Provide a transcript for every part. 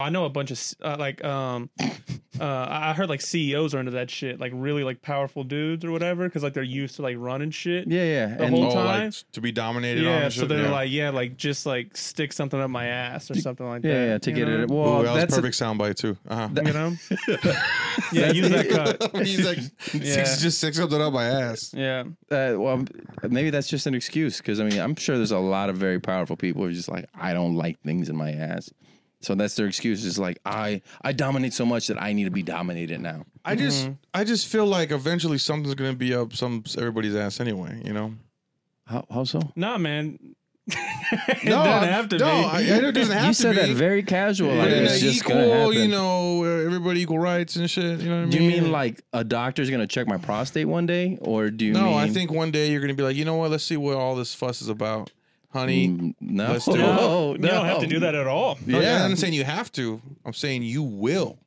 I know a bunch of uh, like um uh I I heard like CEOs are into that shit, like really like powerful dudes or whatever, because like they're used to like running shit. Yeah, yeah. The and whole oh, time- like to be dominated on. Yeah, and so shit? they're Yeah. like, yeah, like just like stick something up my ass or something like yeah, that. yeah, to you get know? it. Ooh, Well, that was that's a- perfect soundbite too. Uh-huh. You know? yeah, use that cut. He's like, Yeah. six, just six up up my ass. Yeah, uh, well, maybe that's just an excuse because I mean, I'm sure there's a lot of very powerful people who are just like, I don't like things in my ass. So that's their excuse. Is like, I I dominate so much that I need to be dominated now. I just, Mm-hmm. I just feel like eventually something's gonna be up some everybody's ass anyway. You know? How, how so? nah, man. it doesn't I- have to no, be. I, I know it doesn't have you to said be. that very casual. Like, but in it's a just gonna equal, you happen. know, where everybody equal rights and shit. You know what I mean? Do you mean like a doctor's gonna check my prostate one day, or do you No, mean? I think one day you're gonna be like, you know what? Let's see what all this fuss is about, honey. Mm, no. Let's do it. No, Oh, no, you don't have to do that at all. No, Yeah. I'm not saying you have to. I'm saying you will.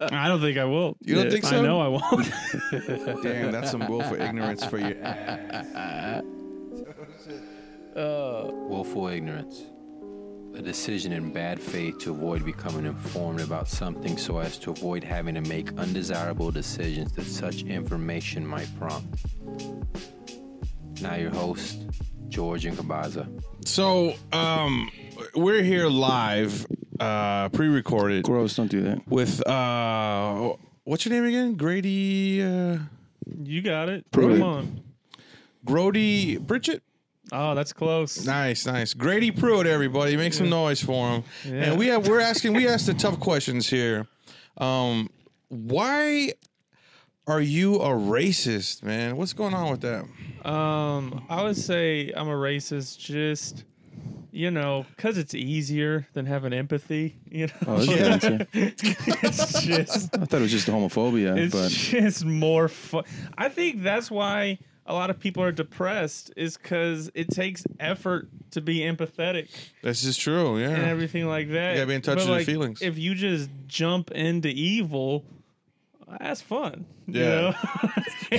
I don't think I will. You don't think so? I know I won't. Damn, that's some willful ignorance for you. Willful ignorance. A decision in bad faith to avoid becoming informed about something so as to avoid having to make undesirable decisions that such information might prompt. Now, your host, George Incabaza. So, um, we're here live, uh, pre-recorded Gross. Don't do that. with uh, what's your name again? Grady, uh, you got it. Prove Come it. on. Grody Bridget. Oh, that's close. Nice, nice. Grady Pruitt, everybody, make some noise for him. Yeah. And we have we're asking we asked the tough questions here. Um, why are you a racist, man? What's going on with that? Um, I would say I'm a racist. Just you know, because it's easier than having empathy. You know, Oh, that's a good answer. it's just I thought it was just homophobia, it's but just more fun. I think that's why a lot of people are depressed is because it takes effort to be empathetic This is true, yeah. and everything like that. You gotta be in touch But, with your like, feelings. If you just jump into evil, that's fun. you Yeah. know?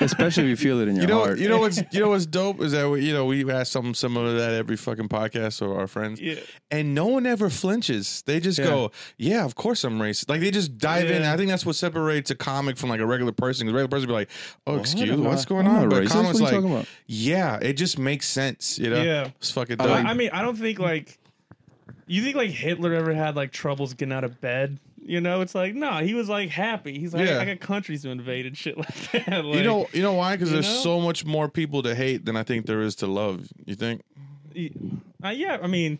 especially if you feel it in your You know, heart. you know what's you know what's dope is that we, you know we ask something similar to that every fucking podcast or our friends, Yeah. and no one ever flinches. They just go, "Yeah, of course I'm racist." Like they just dive in. Yeah. I think that's what separates a comic from like a regular person. 'Cause A regular person be like, "Oh, excuse, am I- what's going I'm on?" not But racist. comics What are you like, talking about? "Yeah, it just makes sense." You know, Yeah. it's fucking I dope. I, I mean, I don't think like you think like Hitler ever had like troubles getting out of bed. You know, it's like no, he was like happy. He's like Yeah. I got countries to invade and shit like that. Like, you know, you know why? Because you there's know? so much more people to hate than I think there is to love. You think? y- uh, yeah. I mean,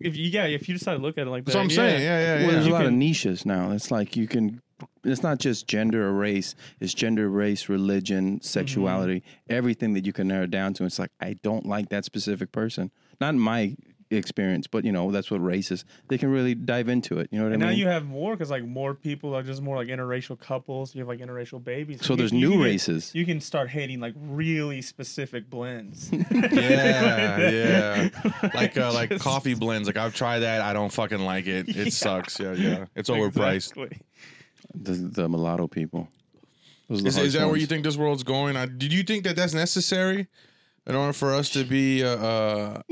if you yeah, if you decide to look at it like that, That's what I'm saying. Yeah, yeah, Well, yeah. there's a You lot of can- niches now. It's like you can. It's not just gender or race. It's gender, race, religion, sexuality, Mm-hmm. everything that you can narrow down to. It's like I don't like that specific person. Not in my experience, but you know that's what race is. They can really dive into it. You know what And I now mean? you have more because like more people are just more like interracial couples. You have like interracial babies. So You- there's you new can get- races. You can start hating like really specific blends. Yeah, yeah. Like uh, like Just- coffee blends. Like I've tried that. I don't fucking like it. It sucks. Yeah, yeah. It's overpriced. Exactly. the, the mulatto people. Those are the Is, harsh is that where ones. you think this world's going? I, did you think that that's necessary in order for us to be? Uh, uh,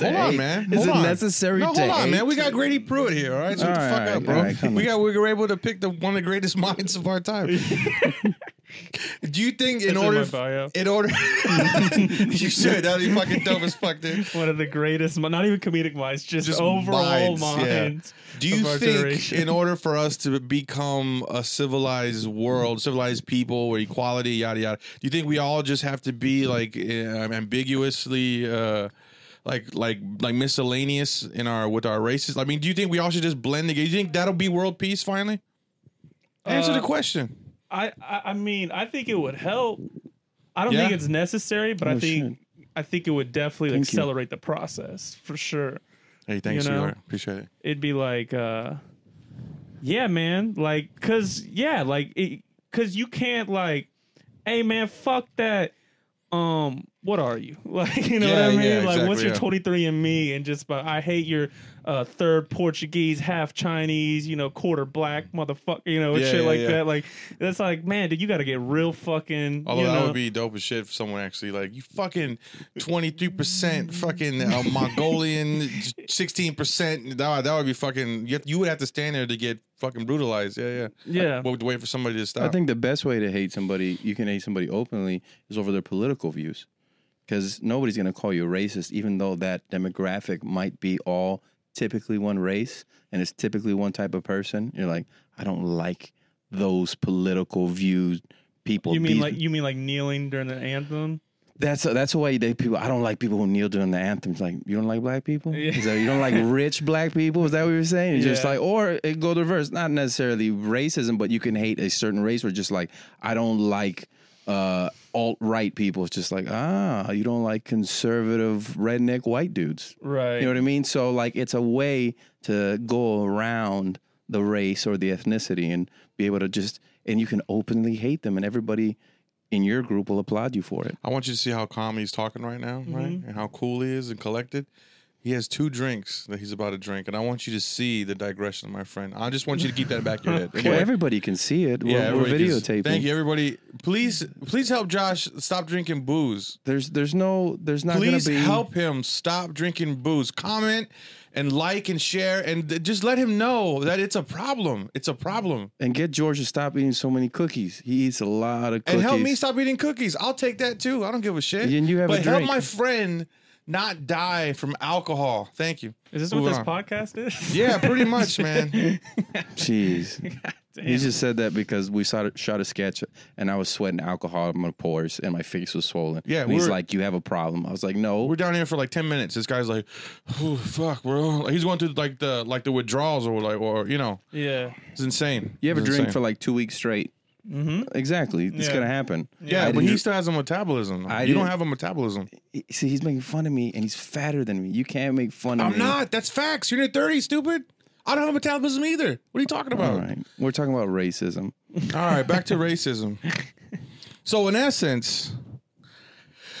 hold on, hate. man. Is Hold it on. necessary No, hold to on, hate? man. We got Grady Pruitt here. All right, so All what the fuck right, up, all bro. right, come we on. got we were able to pick the one of the greatest minds of our time. Do you think in That's in order my f- bio. in order you should that'd be fucking dope as fuck, dude. One of the greatest, mi- not even comedic minds, just, Just overall minds, minds. yeah. Do you of our think, generation. in order for us to become a civilized world, civilized people, where equality, yada yada, do you think we all just have to be like um, ambiguously, uh, like like like miscellaneous in our with our races? I mean, do you think we all should just blend together? Do you think that'll be world peace finally? Answer the Uh, question. I, I I mean, I think it would help. I don't Yeah. think it's necessary, but I Oh, think I think it would definitely Thank you. accelerate the process for sure. Hey, thanks, you know. sweetheart. Appreciate it. It'd be like, uh, yeah, man, like, cause yeah, like, it, cause you can't like, hey, man, fuck that, um, what are you? Like, you know Yeah, what I mean? yeah, like, what's exactly, your yeah. 23 and me? And just, but I hate your uh, third Portuguese, half Chinese, you know, quarter black motherfucker, you know, and Yeah, shit yeah, like yeah. that. Like, that's like, man, dude, you got to get real fucking. Although you that know, would be dope as shit for someone actually like you fucking twenty three percent fucking uh, Mongolian sixteen percent that would- that would be fucking you, have- you would have to stand there to get fucking brutalized yeah yeah Yeah. but wait for somebody to stop I think the best way to hate somebody, you can hate somebody openly, is over their political views. Because nobody's going to call you a racist, even though that demographic might be all typically one race and it's typically one type of person. You're like, I don't like those political views people. You mean These- like you mean like kneeling during the anthem? that's that's why they people. I don't like people who kneel during the anthems. Like you don't like black people. Yeah. Is that, you don't like rich black people. Is that what you're saying? It's Just Yeah. like or it go the reverse. Not necessarily racism, but you can hate a certain race. Or just like I don't like uh, alt right people. It's just like ah, you don't like conservative redneck white dudes. Right. You know what I mean? So like it's a way to go around the race or the ethnicity and be able to just and you can openly hate them and everybody in your group will applaud you for it. I want you to see how calm he's talking right now, right? And how cool he is and collected. He has two drinks that he's about to drink, and I want you to see the digression, my friend. I just want you to keep that back in your head. okay? Well, everybody can see it. Yeah, we're, we're everybody can- videotaping. Thank you, everybody. Please, please help Josh stop drinking booze. There's there's no there's not Please gonna be help him stop drinking booze. Comment and like and share, and th- just let him know that it's a problem. It's a problem. and get George to stop eating so many cookies. He eats a lot of cookies. And help me stop eating cookies. I'll take that too. I don't give a shit. And you have a but help drink. my friend not die from alcohol. Thank you. Is this Moving what this on. podcast is? Yeah, pretty much, man. Jeez. Damn. He just said that because we shot a, shot a sketch and I was sweating alcohol in my pores and my face was swollen. Yeah, and he's we're- like, "You have a problem." I was like, "No, We're down here for like ten minutes. This guy's like, "Whew, "Fuck, bro." Like, he's going through like the like the withdrawals or like or you know, Yeah. it's insane. You have a It's drink insane. for like two weeks straight. Mm-hmm. Exactly. It's Yeah. gonna happen. I yeah, but didn't- he still has a metabolism. I you don't didn't- have a metabolism. he- see, he's making fun of me, and he's fatter than me. You can't make fun of I'm me. not. That's facts. You're in your thirties, stupid. I don't have a metabolism either. What are you talking about? All right, we're talking about racism. All right, back to racism. So in essence,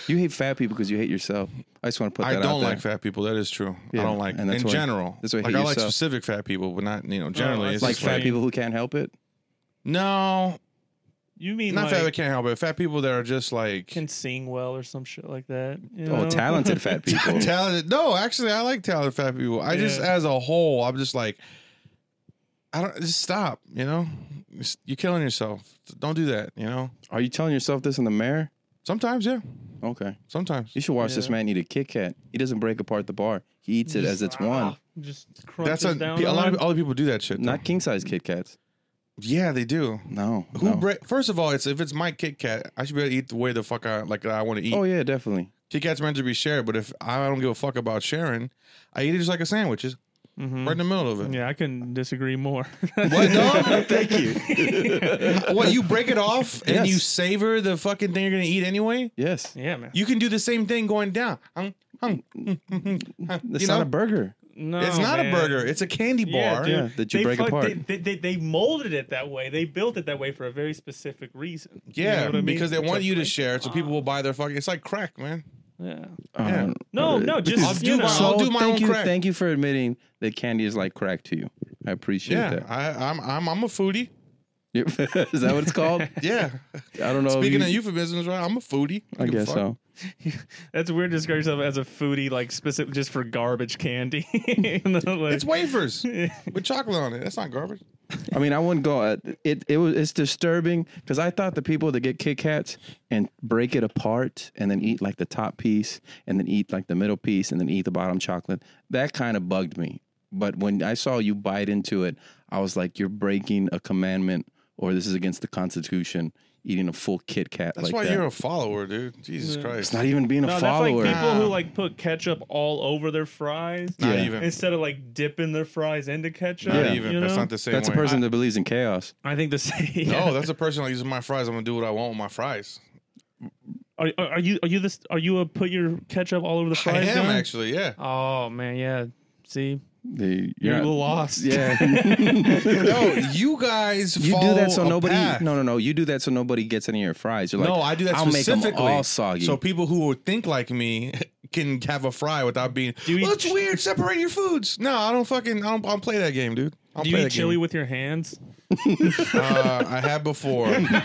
You hate fat people because you hate yourself. I just want to put that I out don't there. like fat people. That is true. Yeah, I don't like and that's in why- general. that's why I like hate I like yourself. specific fat people, but not you know generally. that's it's like Like just like fat people who can't help it. no, You mean not like, fat that can't help it. Fat people that are just like can sing well or some shit like that? you Oh, know? talented fat people. talented. No, actually, I like talented fat people. I just Yeah. as a whole, I'm just like, I don't just stop. You know, Just- you're killing yourself. Don't do that. You know, Are you telling yourself this in the mirror? sometimes yeah, Okay. sometimes. You should watch this Yeah. man eat a Kit Kat. He doesn't break apart the bar. He eats it as it's one. Just crunches That's a, down. a lot on of other people do that shit. though. Not king size Kit Kats. yeah, they do. No. Who no. break? First of all, it's if it's my Kit Kat, I should be able to eat the way the fuck I like I want to eat. Oh yeah, definitely. Kit Kat's meant to be shared, but if I don't give a fuck about sharing, I eat it just like a sandwich, just Mhm. right in the middle of it. Yeah, I couldn't disagree more. What dog? Thank you. what you break it off and Yes. you savor the fucking thing you're gonna eat anyway? Yes. yeah, man. You can do the same thing going down. Hum, hum, hum, hum, hum, It's you not know? a burger. No, It's not a Oh, man. burger. It's a candy Yeah, bar. dude. Yeah, that you they break fuck- apart. They, they, they molded it that way. They built it that way for a very specific reason. You Yeah, know what I mean? because they It's want like, you to like, share it so people will buy their fucking. It's like crack, man. Yeah. Yeah. Um, uh, No, no, just I'll do you know. my- So I'll do my thank own you, crack. thank you for admitting that candy is like crack to you. I appreciate Yeah, I, I'm I'm I'm a foodie. that. is that what it's called? I Yeah. don't know. if Speaking of euphemisms, right? I'm a foodie. Oh, I give a guess fuck. so. That's weird to describe yourself as a foodie, like specific just for garbage candy. You know, like- It's wafers with chocolate on it. That's not garbage. I mean, I wouldn't go. uh, It it was it's disturbing because I thought the people that get Kit Kats and break it apart and then eat like the top piece and then eat like the middle piece and then eat the bottom chocolate that kind of bugged me. But when I saw you bite into it, I was like, you're breaking a commandment or this is against the Constitution. Eating a full Kit Kat That's like why that. you're a follower, dude. Jesus Christ. it's not even being a no, that's like follower. people who Ah. like put ketchup all over their fries Not Yeah. even. instead of like dipping their fries into ketchup. Not Yeah. even. you That's know? not the same That's a way. person that believes in chaos. I think the same. yeah. No, that's a person like using my fries. I'm gonna do what I want with my fries. Are, are, are you are you this are you a put your ketchup all over the I fries? am guy? actually, yeah. Oh man, yeah. See, The, You're not- lost. Yeah. No, you guys you do follow that so a nobody. path. No, no, no. You do that so nobody gets any of your fries. You're like, no, I do that I'll specifically. make them all soggy. So people who would think like me can have a fry without being. Do you well, eat it's ch- weird. Separate your foods. No, I don't fucking. I don't. I don't play that game, dude. I don't Do play you eat that chili game. with your hands? Uh, I have before. I'm not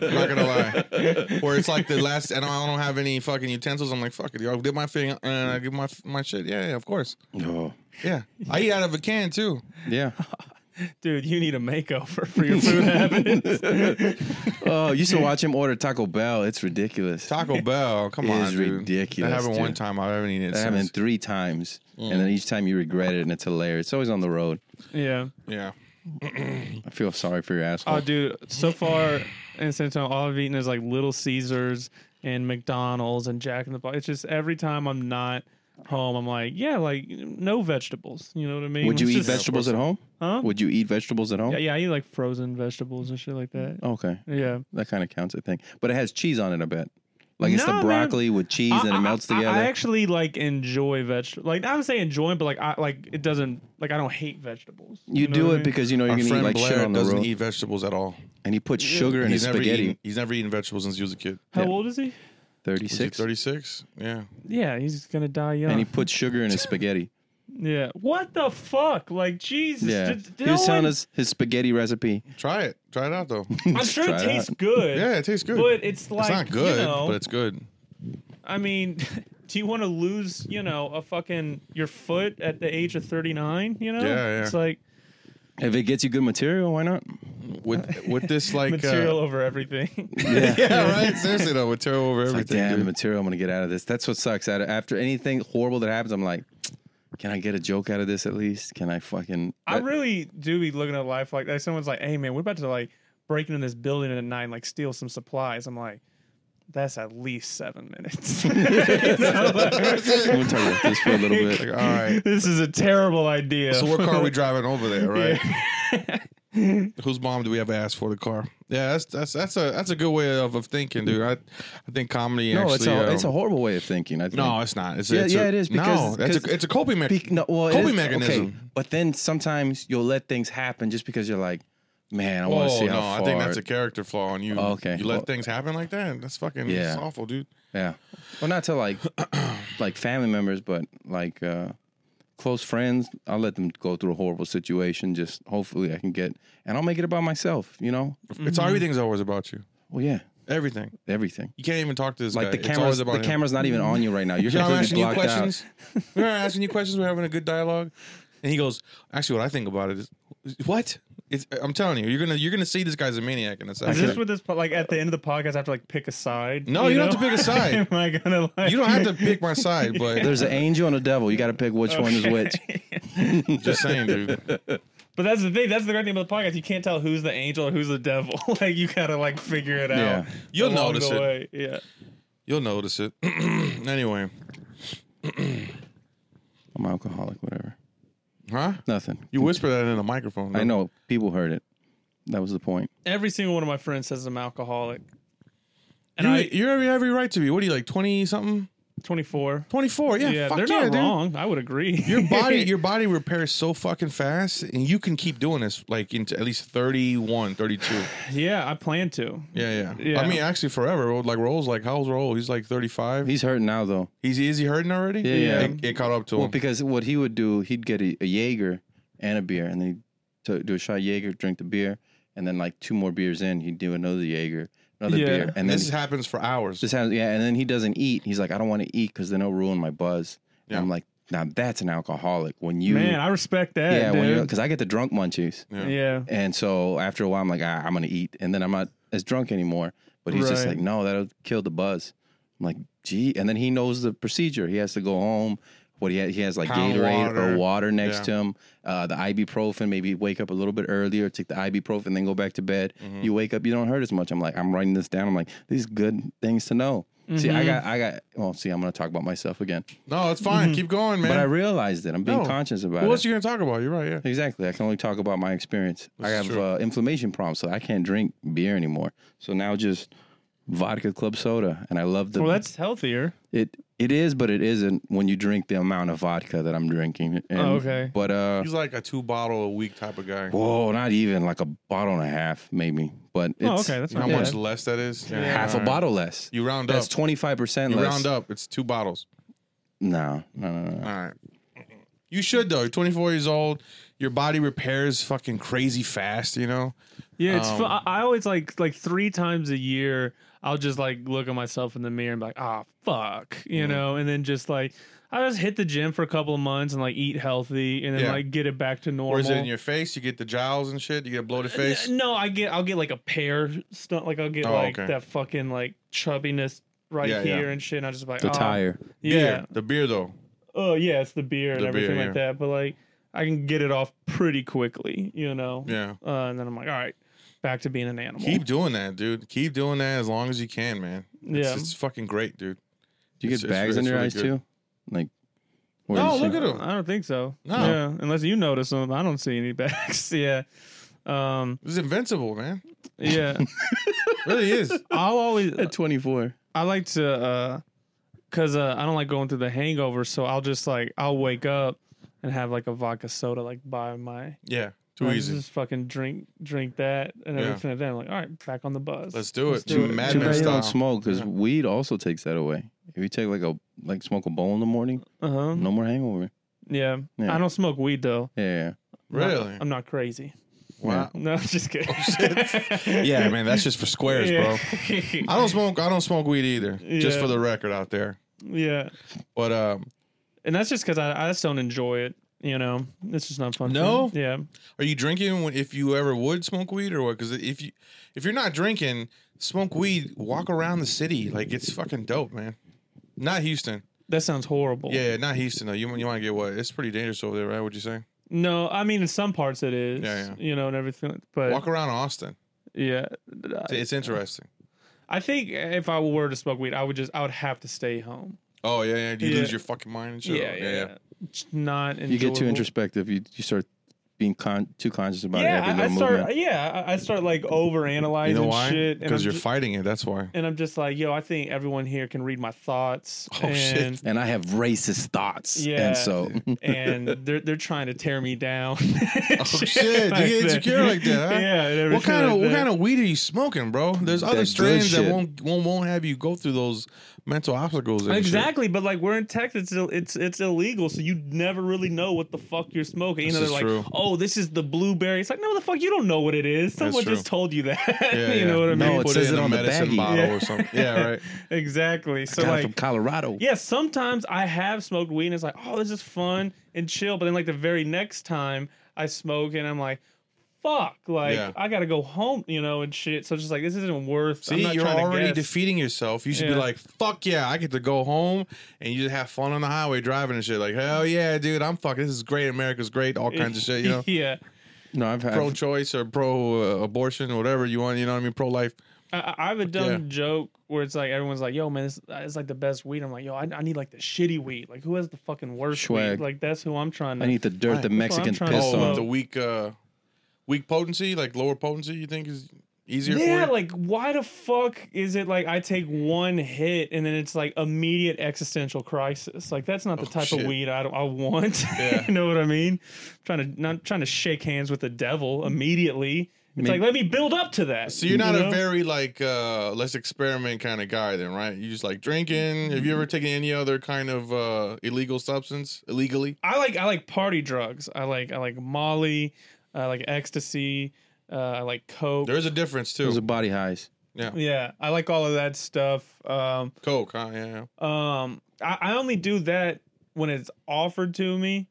gonna lie. Where it's like the last, and I don't have any fucking utensils. I'm like, fuck it, yo, I did my thing, uh, and I give my my shit. Yeah, yeah, of course. No. Yeah, I eat out of a can too. Yeah. Dude, you need a makeover for your food habits. Oh, you should watch him order Taco Bell. It's ridiculous. Taco Bell, come It on, is dude. ridiculous, That happened dude. one time. I haven't eaten it That since. happened three times, and then each time you regret it, and it's hilarious. It's always on the road. yeah. Yeah. I feel sorry for your asshole. Oh, dude. So far in San Antonio, all I've eaten is like Little Caesars and McDonald's and Jack in the Box. It's just every time I'm not home, I'm like, yeah, like no vegetables. You know what I mean? Would you It's eat just- vegetables at home? Huh? Would you eat vegetables at home? Yeah, yeah, I eat like frozen vegetables and shit like that. Okay, Yeah. that kind of counts, I think. But it has cheese on it, I bet. Like it's No, the man. broccoli with cheese, and it I- melts I- I- together. I actually like enjoy vegetables. Like I don't say enjoy, but like I like it doesn't like I don't hate vegetables. you, know do what it I mean? because you know you're Our gonna eat friend like shit Blair on the doesn't road, eat vegetables at all. and he puts sugar in his He's never spaghetti. eaten. He's never eaten vegetables since he was a kid. How Yeah. old is he? Thirty-six, Thirty six. Yeah. Yeah, he's gonna die young. and he puts sugar in his spaghetti. yeah. What the fuck? Like Jesus. Yeah, did- did he was no telling one- us his spaghetti recipe. Try it. Try it out though. I'm sure Try it it tastes out. good. yeah, it tastes good. But it's like it's not good, you know, but it's good. I mean, do you want to lose, you know, a fucking your foot at the age of 39, you know? Yeah, yeah. It's like If it gets you good material, why not? With with this like material uh, over everything. yeah, right. Seriously though, material over It's like, everything. damn, the dude. material I'm gonna get out of this. That's what sucks. Out of- After anything horrible that happens, I'm like, can I get a joke out of this at least? Can I fucking? I that- really do be looking at life like that. Someone's like, "Hey, man, we're about to like break into this building at night and like steal some supplies." I'm like, "That's at least seven minutes." You know, like, I'm gonna talk about this for a little bit. Like, all right. this is a terrible idea. So what car are we driving over there, right? Whose mom do we have to ask for the car? Yeah, that's that's that's a that's a good way of, of thinking, dude. I I think comedy No, actually. it's a, it's a um, horrible way of thinking. I think. no, it's not. It's, Yeah, it's yeah, a, it is, no, because- that's because- a, it's a coping Be- mechanism. no, well, it coping is- mechanism. Okay, but then sometimes you'll let things happen just because you're like, man, I want to Oh, see no, how I far. think that's a character flaw on you. Oh, okay. You let Well- things happen like that. That's fucking Yeah. it's awful, dude. yeah. Well, not to like, like family members, but like uh, close friends. I'll let them go through a horrible situation. Just hopefully I can get, and I'll make it about myself. You know. It's everything's always about you. Well, yeah, Everything. everything. You can't even talk to this Like guy. the It's always camera's the about him. camera's not even on you right now. You're You know, I'm completely asking you blocked out. questions. You know, I'm asking you questions. We're having a good dialogue, and he goes, "Actually, what I think about it is, what? It's, I'm telling you, you're gonna you're gonna see this guy's a maniac in a Is second. this what this po- like at the end of the podcast? I have to like pick a side. No, you don't have to pick a side. Am I gonna like? you don't have to pick my side, but There's an angel and a devil. You got to pick which one is which. just saying, dude. But that's the thing. That's the great thing about the podcast. You can't tell who's the angel or who's the devil. like you gotta like figure it out. Yeah. You'll along notice the it. way. Yeah. You'll notice it. anyway, I'm alcoholic. Whatever. huh? Nothing. You whisper that in a microphone. I though. know people heard it. That was the point. Every single one of my friends says I'm alcoholic. And You, I you have every right to be. What are you like, twenty something, 24. twenty four? Yeah, Yeah, fuck they're yeah, not dude. wrong. I would agree. Your body, your body repairs so fucking fast, and you can keep doing this like into at least 31, 32. yeah, I plan to. Yeah, yeah, Yeah. I mean, actually, forever. Like Roll's like, how's Roll? He's like thirty five. He's hurting now though. He's is he hurting already? Yeah, yeah. It, it caught up to Well, him. because what he would do, he'd get a, a Jaeger and a beer, and then he'd to- do a shot of Jaeger, drink the beer, and then like two more beers in, he'd do another Jaeger, another Yeah. beer, and then this happens for hours. this happens. Yeah, and then he doesn't eat. He's like, I don't want to eat because then it'll ruin my buzz. And Yeah. I'm like, now that's an alcoholic. When you, Man, I respect that. yeah, when you, dude. because I get the drunk munchies, Yeah. yeah. and so after a while, I'm like, ah, I'm gonna eat, and then I'm not as drunk anymore. But he's just Right. like, no, that'll kill the buzz. I'm like, gee, and then he knows the procedure. He has to go home. What he has, he has like Pound Gatorade water. or water next Yeah. to him. Uh, the ibuprofen, maybe wake up a little bit earlier, take the ibuprofen, then go back to bed. Mm-hmm. You wake up, you don't hurt as much. I'm like, I'm writing this down. I'm like, these good things to know. See, Mm-hmm. I got, I got. Well, see, I'm gonna talk about myself again, No, it's fine. Keep going, man. Mm-hmm. but I realized it. I'm being No. conscious about what it. else you gonna talk about? You're right. Yeah. Exactly. I can only talk about my experience. I This have is uh, inflammation problems, so I can't drink beer anymore. So now just vodka club soda, and I love the Well, that's healthier. it. It is, but it isn't when you drink the amount of vodka that I'm drinking. And- Oh, okay. But uh, He's like a two bottle a week type of guy. whoa, not even like a bottle and a half, maybe. But it's Oh, okay, that's You know not how bad. much less that is? Yeah. half a Alright. bottle less. You round That's up. twenty five percent You less. round up. It's two bottles. No, no, no, no. All right. You should though. You're 24 years old. Your body repairs fucking crazy fast. You know. Yeah, it's. Um, fu- I I always like like three times a year. I'll just like look at myself in the mirror and be like, ah, fuck, you Mm-hmm. know, and then just like I just hit the gym for a couple of months and like eat healthy and then Yeah. like get it back to normal. Or is it in your face? You get the jowls and shit. You get a bloated Uh, face. N- No, I get I'll get like a pear stunt. Like I'll get Oh, like okay. that fucking like chubbiness right Yeah, yeah. here and shit. And I just be like The "Ah, Oh. tire. Yeah. Beer. The beer though. Oh yeah, it's the beer and The beer, everything like that. But like I can get it off pretty quickly, you know. Yeah. Uh, and then I'm like, all right, back to being an animal. Keep doing that, dude. Keep doing that as long as you can, man. It's, Yeah. it's fucking great, dude. Do you It's- get it's bags really- under it's your really eyes too? Like, or No, you look see- at him. I don't think so. No. Yeah, unless you notice them, I don't see any bags. yeah. Um. This is invincible, man. Yeah. really is. I'll always. at twenty four. I like to. uh 'cause Cause uh, I don't like going through the hangover, so I'll just like I'll wake up and have like a vodka soda like by my. Yeah. Too I easy. Just fucking drink drink that and Yeah. everything like that. I'm like, all right, back on the bus. Let's do it. do it. Mad Too Men bad you style. don't smoke because Yeah. weed also takes that away. If you take like a like smoke a bowl in the morning, Uh huh. no more hangover. Yeah. Yeah. I don't smoke weed though. Yeah, I'm not- Really? Oh, I'm not crazy. Wow. No, I'm just kidding. Yeah, man. That's just for squares, bro. Yeah. I don't smoke. I don't smoke weed either. Just Yeah. for the record, out there. yeah. But um, and that's just because I, I just don't enjoy it. You know, it's just not fun. for No? me. yeah, Are you drinking when, if you ever would smoke weed or what? Because if you if you're not drinking, smoke weed, walk around the city like it's fucking dope, man. Not Houston, that sounds horrible. yeah, not Houston though. You you want to get what? It's pretty dangerous over there, right? Would you say? No, I mean in some parts it is. Yeah, yeah. You know, and everything. But Walk around Austin. yeah, It's interesting. I think if I were to smoke weed, I would just I would have to stay home. Oh yeah, yeah. Do you Yeah. lose your fucking mind and shit? Oh, It's Not yeah. You get too enjoyable. introspective. You you start being con- too conscious about every Yeah, I, I little start. movement. Yeah, I I start like over You analyzing know why? shit. and I'm Because you're ju- fighting it. That's why. and I'm just like, yo, I think everyone here can read my thoughts. Oh, shit. and, and I have racist thoughts. Yeah. And so And they're they're trying to tear me down. Oh shit! like you get that. insecure like that? Huh? Yeah. and What everything kind of like what that. kind of weed are you smoking, bro? There's other good strains that shit. won't won't won't have you go through those mental obstacles. And shit. Exactly, but like we're in Texas, it's it's, it's illegal, so you never really know what the fuck you're smoking. You This know, they're is like, true. "Oh, this is the blueberry." It's like, no, the fuck, you don't know what it is. Someone true. just told you that. Yeah, you yeah. know what I No, mean? it Put says in it a on the medicine baggie. bottle Yeah. or something. Yeah, right. exactly. So God, like, from Colorado. yeah, sometimes I have smoked weed, and it's like, "Oh, this is fun and chill," but then like the very next time I smoke, and I'm like. Fuck! Like Yeah. I gotta go home, you know, and shit. So it's just like this isn't worth. I'm See, not you're trying to already guess. defeating yourself. You should be Yeah. like, "Fuck yeah, I get to go home," and you just have fun on the highway driving and shit. Like, hell yeah, dude, I'm fucking. This is great. America's great. All kinds of shit. You know, yeah, No, I've had. pro-choice or pro-abortion or whatever you want. You know what I mean? Pro-life. I, I- I have a dumb yeah. joke where it's like everyone's like, "Yo, man, this it's like the best weed." I'm like, "Yo, I, I need like the shitty weed. Like, who has the fucking worst Swag. weed? Like, that's who I'm trying to." I need the That's dirt the what I'm Mexicans trying to piss smoke. Oh, on. the weak, uh, weak potency, like lower potency. You think is easier? for yeah, you? like why the fuck is it like I take one hit and then it's like immediate existential crisis? Like that's not the Oh, type shit. of weed I, I want. Yeah. you know what I mean? trying to not trying to shake hands with the devil immediately. It's Maybe- like let me build up to that. So you're not you a know? very like uh let's experiment kind of guy then, right? You just like drinking. Mm-hmm. Have you ever taken any other kind of uh illegal substance illegally? I like I like party drugs. I like I like Molly, I like ecstasy, uh, I like coke. There's a difference Those are too. body highs. yeah, I like all of that stuff. Um, Coke, huh? Yeah, yeah. um, I, I only do that when it's offered to me,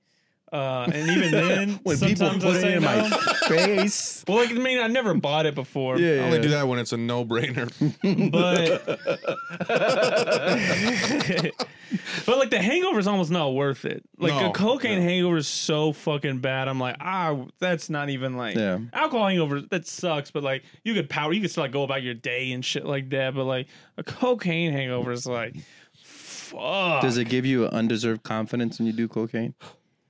uh, and even then, When people sometimes put I it say in no. my face. well, like, I mean, I never bought it before, Yeah, I yeah. only do that when it's a no brainer. but but like the hangover is almost not worth it. Like No, a cocaine yeah. hangover is so fucking bad. I'm like, ah, that's not even like Yeah. alcohol hangover. That sucks. But like you could power, you could still like go about your day and shit like that. But like a cocaine hangover is like, fuck. Does it give you undeserved confidence when you do cocaine?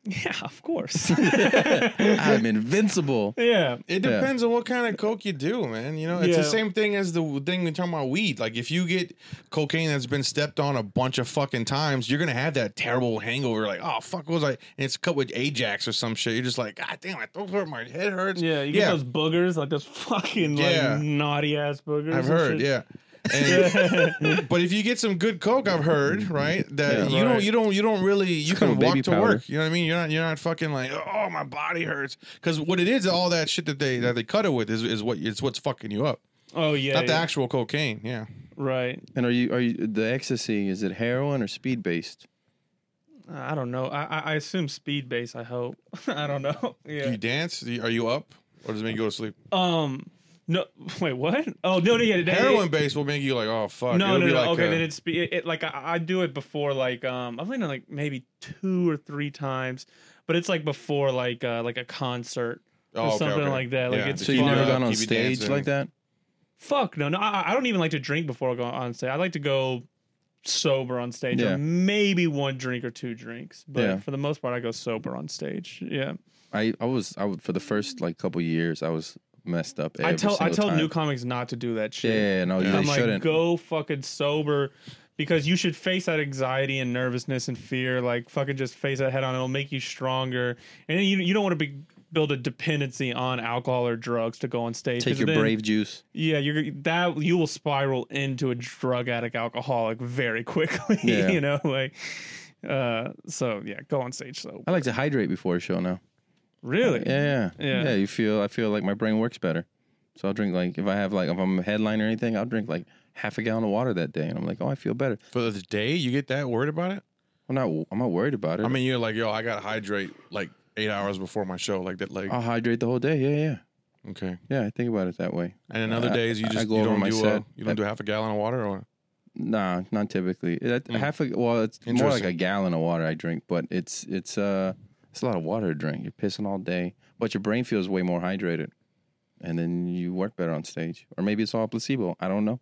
Yeah, of course. I'm invincible. yeah. It Yeah. depends on what kind of coke you do, man. You know, it's the Yeah. same thing as the thing we talking about weed. Like if you get cocaine that's been stepped on a bunch of fucking times, you're gonna have that terrible hangover. Like, oh fuck, what was I? And it's cut with Ajax or some shit. You're just like, god damn, my throat hurt, my head hurts. Yeah, you get yeah. those boogers, like those fucking Yeah. like naughty ass boogers. I've and heard, shit. yeah. And- but if you get some good coke, I've heard, right? That Yeah. you don't, Right. you don't, you don't really, you Kind can of walk baby to powder. work. You know what I mean? You're not, you're not fucking like, oh, my body hurts, because what it is, all that shit that they that they cut it with is, is what it's what's fucking you up, Oh yeah. not the yeah. actual cocaine. Yeah, right. And are you are you the ecstasy? Is it heroin or speed based? I don't know. I I, I assume speed base. I hope. I don't know. do Yeah. you dance? Do you- Are you up, or does it make you go to sleep? Um. No. Wait. What? Oh no. No. Yeah. that- Heroin base will make you like, oh fuck. No, It'll no, be no. like, okay, uh, then it's be- it, it like I, I do it before like um I've done it like maybe two or three times, but it's like before like uh like a concert oh, or okay, something okay. like that. Like Yeah. it's Uh, So you never fun. gone on Keep you stage dancing. like that? Fuck no, no. I, I don't even like to drink before I go on stage. I like to go sober on stage, Yeah. or maybe one drink or two drinks. But Yeah. for the most part, I go sober on stage. Yeah, I, I was I would, for the first like couple years I was messed up. Every I tell I single tell time. new comics not to do that shit. Yeah, no, I'm they like, shouldn't. go fucking sober because you should face that anxiety and nervousness and fear. Like, fucking just face that head on. It'll make you stronger. And then you, you don't want to be build a dependency on alcohol or drugs to go on stage. Take 'cause your then- brave juice. Yeah, you're that you will spiral into a drug addict alcoholic very quickly. Yeah. you know, like uh so yeah, go on stage So I like to hydrate before a show now. Really? Yeah, yeah, Yeah. yeah. you feel I feel like my brain works better. So I'll drink like if I have like if I'm a headline or anything, I'll drink like half a gallon of water that day, and I'm like, oh, I feel better. for the day. You get that worried about it? I'm not I'm not worried about it. I mean, you're like, yo, I gotta hydrate like eight hours before my show, like that. Like, I'll hydrate the whole day. Yeah, yeah, okay. yeah. I think about it that way. And in other I- days, you I just go you over don't my do a, set. you don't do half a gallon of water or Nah, not typically. That, Half a well, it's more like Interesting. a gallon of water I drink, but it's it's uh it's a lot of water to drink. You're pissing all day, but your brain feels way more hydrated, and then you work better on stage. Or maybe it's all placebo. I don't know,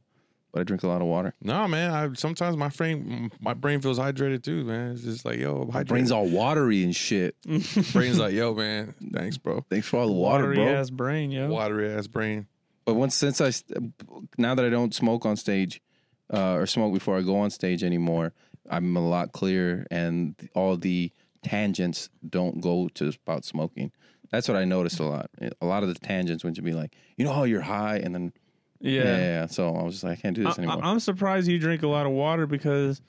but I drink a lot of water. no, man. I sometimes my brain my brain feels hydrated too, man. It's just like yo, My hydrated. brain's all watery and shit. brain's like yo, man. Thanks, bro. Thanks for all the water, Watery bro. ass brain, yo. Watery ass brain. But once since I st- now that I don't smoke on stage uh, or smoke before I go on stage anymore, I'm a lot clearer, and th- all the tangents don't go to about smoking. That's what I noticed a lot. A lot of the tangents would be like, you know how you're high, and then yeah. yeah, Yeah. So I was just like, I can't do I, this anymore. am surprised you drink a lot of water because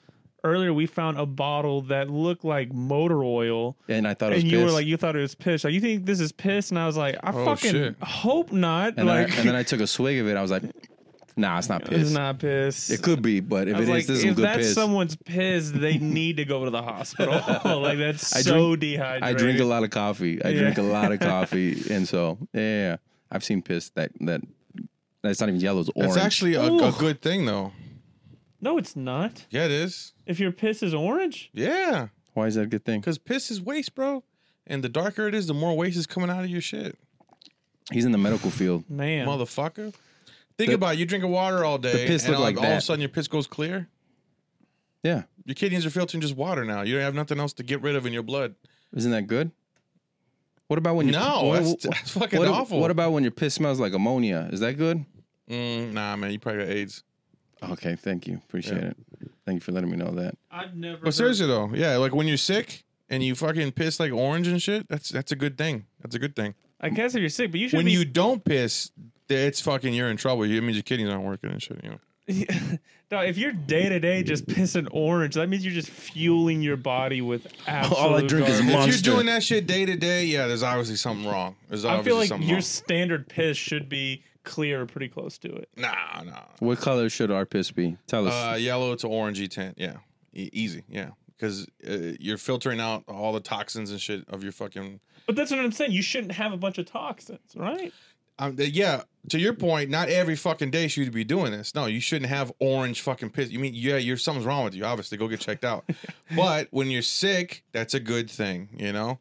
earlier we found a bottle that looked like motor oil. and I thought it was And you piss. were like, you thought it was piss. Like, you think this is piss? And I was like, I Oh, fucking shit. hope not. and, like, I, and then I took a swig of it. I was like, Nah, it's not it's piss. not piss. it could be, but if I it was is, like, this is some if good that's piss. someone's piss, they need to go to the hospital. like that's I so drink- dehydrated. I drink a lot of coffee. I Yeah. drink a lot of coffee, and so yeah, I've seen piss that that that's not even yellow; it's orange. It's actually a, a Ooh. good thing though. No, it's not. Yeah, it is. If your piss is orange, Yeah, why is that a good thing? because piss is waste, bro. And the darker it is, the more waste is coming out of your shit, He's in the medical field. man, motherfucker. Think about it. you drinking water all day, piss and look all, like all of a that. sudden your piss goes clear. Yeah, Your kidneys are filtering just water now. You don't have nothing else to get rid of in your blood. isn't that good? What about when you? No, what, that's- that's fucking what- awful. What about when your piss smells like ammonia? Is that good? Mm, nah, man, you probably got AIDS. Okay, thank you, appreciate it. Thank you for letting me know that. I've never. But seriously though, yeah, like when you're sick and you fucking piss like orange and shit, that's that's a good thing. That's a good thing. I guess if you're sick, but you should When be. you don't piss, it's fucking you're in trouble. It means your kidneys aren't working and shit. You know, No, if you're day to day just pissing orange, that means you're just fueling your body with absolute. All I drink is garbage. mo- if Monster. you're doing that shit day to day, yeah, there's obviously something wrong. There's I obviously feel like something your wrong. standard piss should be clear or pretty close to it. Nah, nah. What color should our piss be? Tell us. Uh, yellow to orangey tint. Yeah, E- easy. Yeah, because uh, you're filtering out all the toxins and shit of your fucking. But that's what I'm saying. You shouldn't have a bunch of toxins, right? Um, th- yeah, to your point, not every fucking day should you be doing this. No, you shouldn't have orange fucking piss. You mean, yeah, you're something's wrong with you. Obviously, go get checked out. but when you're sick, that's a good thing. You know,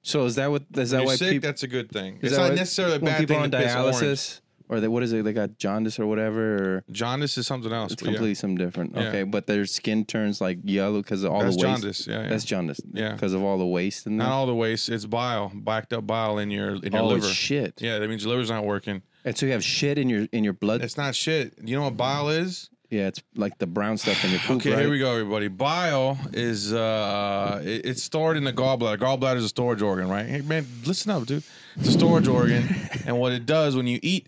so is that what? Is that When why you're sick. people? that's a good thing. Is It's that not why necessarily a when bad people thing are on to piss orange. dialysis or they, what is it? They got jaundice or whatever. Or Jaundice is something else. it's but yeah. completely something different. Yeah. Okay, but their skin turns like yellow because of all That's the waste. jaundice. Yeah, yeah. That's jaundice. Yeah. because of all the waste and not all the waste. It's bile, backed up bile in your in your Oh, liver. it's shit. Yeah, that means your liver's not working. And so you have shit in your in your blood. It's not shit. You know what bile is? yeah, it's like the brown stuff in your poop. Okay, right? here we go, everybody. Bile is uh, it- it's stored in the gallbladder. Gallbladder is a storage organ, right? Hey man, listen up, dude. It's a storage organ, and what it does when you eat,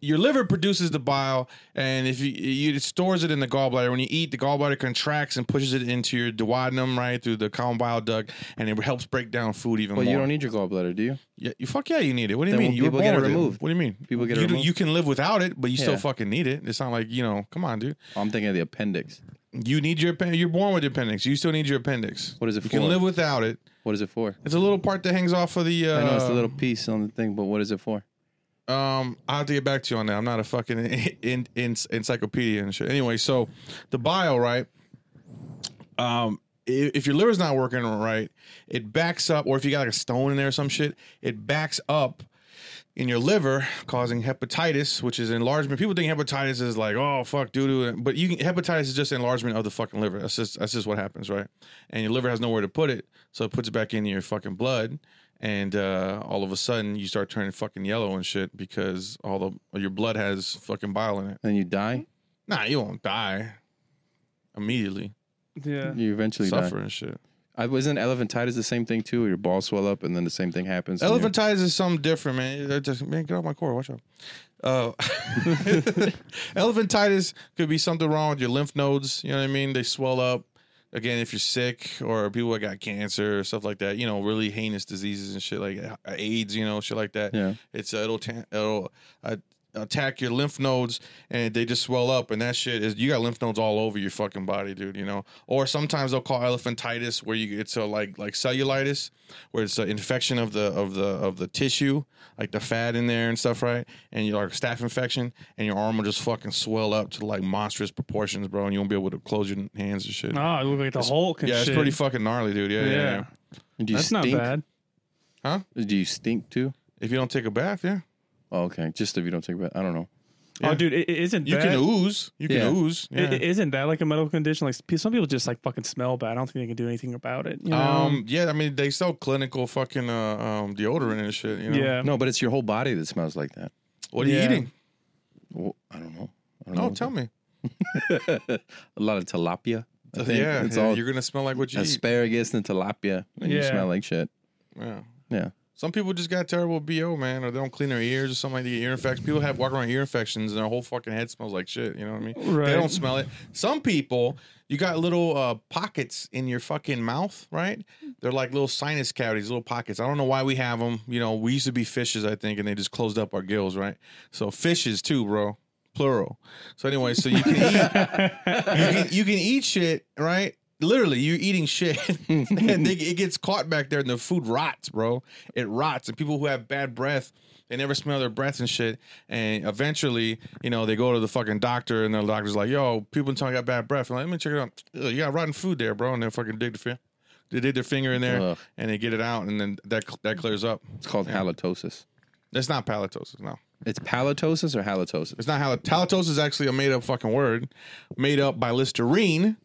your liver produces the bile, and if you, you it stores it in the gallbladder. When you eat, the gallbladder contracts and pushes it into your duodenum, right through the common bile duct, and it helps break down food even But more. you don't need your gallbladder, do you? yeah, you fuck yeah, you need it. What do you Then mean? when You were people born get it with removed, What do you mean? people get it you, do- removed? you can live without it, but you still Yeah. fucking need it. It's not like you know, come on, dude. Oh, I'm thinking of the appendix. You need your appendix. You're born with your appendix. You still need your appendix. What is it You for? can live without it. What is it for? It's a little part that hangs off of the. Uh, I know it's a little piece on the thing, but what is it for? Um, I'll have to get back to you on that. I'm not a fucking in, in, encyclopedia and shit. Anyway, so the bile, right? Um, i- if your liver's not working right, it backs up, or if you got like a stone in there or some shit, it backs up in your liver, causing hepatitis, which is enlargement. People think hepatitis is like, oh fuck, doo doo, but you can, hepatitis is just enlargement of the fucking liver. That's just that's just what happens, right? And your liver has nowhere to put it, so it puts it back in your fucking blood, and uh, all of a sudden you start turning fucking yellow and shit because all the your blood has fucking bile in it. And you die. Nah, you won't die immediately, Yeah. You eventually suffer die. and shit. I wasn't elephantitis the same thing too. Where your balls swell up and then the same thing happens. and you're- Elephantitis is something different, man. They're just- man, get off my core. Watch out. Uh, elephantitis could be something wrong with your lymph nodes. You know what I mean? They swell up. Again, if you're sick or people that got cancer or stuff like that, you know, really heinous diseases and shit like AIDS, you know, shit like that. Yeah. It's uh, it'll ta- it'll uh, attack your lymph nodes and they just swell up and that shit is you got lymph nodes all over your fucking body, dude. You know, or sometimes they'll call elephantitis where you it's a like like cellulitis where it's an infection of the of the of the tissue like the fat in there and stuff, right? And you're like a staph infection and your arm will just fucking swell up to like monstrous proportions, bro, and you won't be able to close your hands and shit. Ah, it looked like the Hulk and yeah, shit. it's pretty fucking gnarly, dude. Yeah, yeah, Yeah. yeah. And do you That's not stink? bad. Do you stink too? If you don't take a bath, yeah, Oh, okay, just if you don't take a bath. I don't know. Oh, Yeah. dude, it, it isn't you that. can ooze, you can Yeah. ooze. i- Yeah. i- isn't that like a medical condition? Like pe- some people just like fucking smell bad. I don't think they can do anything about it. you know? Um. Yeah. I mean, they sell clinical fucking uh, um, deodorant and shit. You know. yeah. No, but it's your whole body that smells like that. What are you Yeah. eating? Well, I don't know. I don't No, know. tell me. a lot of tilapia. I think yeah. it's yeah, all you're gonna smell like what you eat. asparagus and tilapia, and you Yeah. smell like shit. yeah. Yeah. Some people just got terrible bo man, or they don't clean their ears or something like that. Ear infections. People have walk around ear infections, and their whole fucking head smells like shit. You know what I mean? They Right. don't smell it. Some people, you got little uh, pockets in your fucking mouth, right? They're like little sinus cavities, little pockets. I don't know why we have them. You know, we used to be fishes, I think, and they just closed up our gills, right? So fishes too, bro, plural. So anyway, so you can eat, you can, you can eat shit, right? Literally, you're eating shit, and they, it gets caught back there, and the food rots, bro. It rots, and people who have bad breath, they never smell their breath and shit. And eventually, you know, they go to the fucking doctor, and the doctor's like, "Yo, people in town got bad breath." I'm like, "Let me check it out. Ugh, you got rotten food there, bro." And they fucking dig the fin, they dig their finger in there, Ugh. and they get it out, and then that that clears up. It's called halitosis. It's not halitosis, no. It's palatosis or halitosis. It's not halit- halitosis is actually a made up fucking word, made up by Listerine,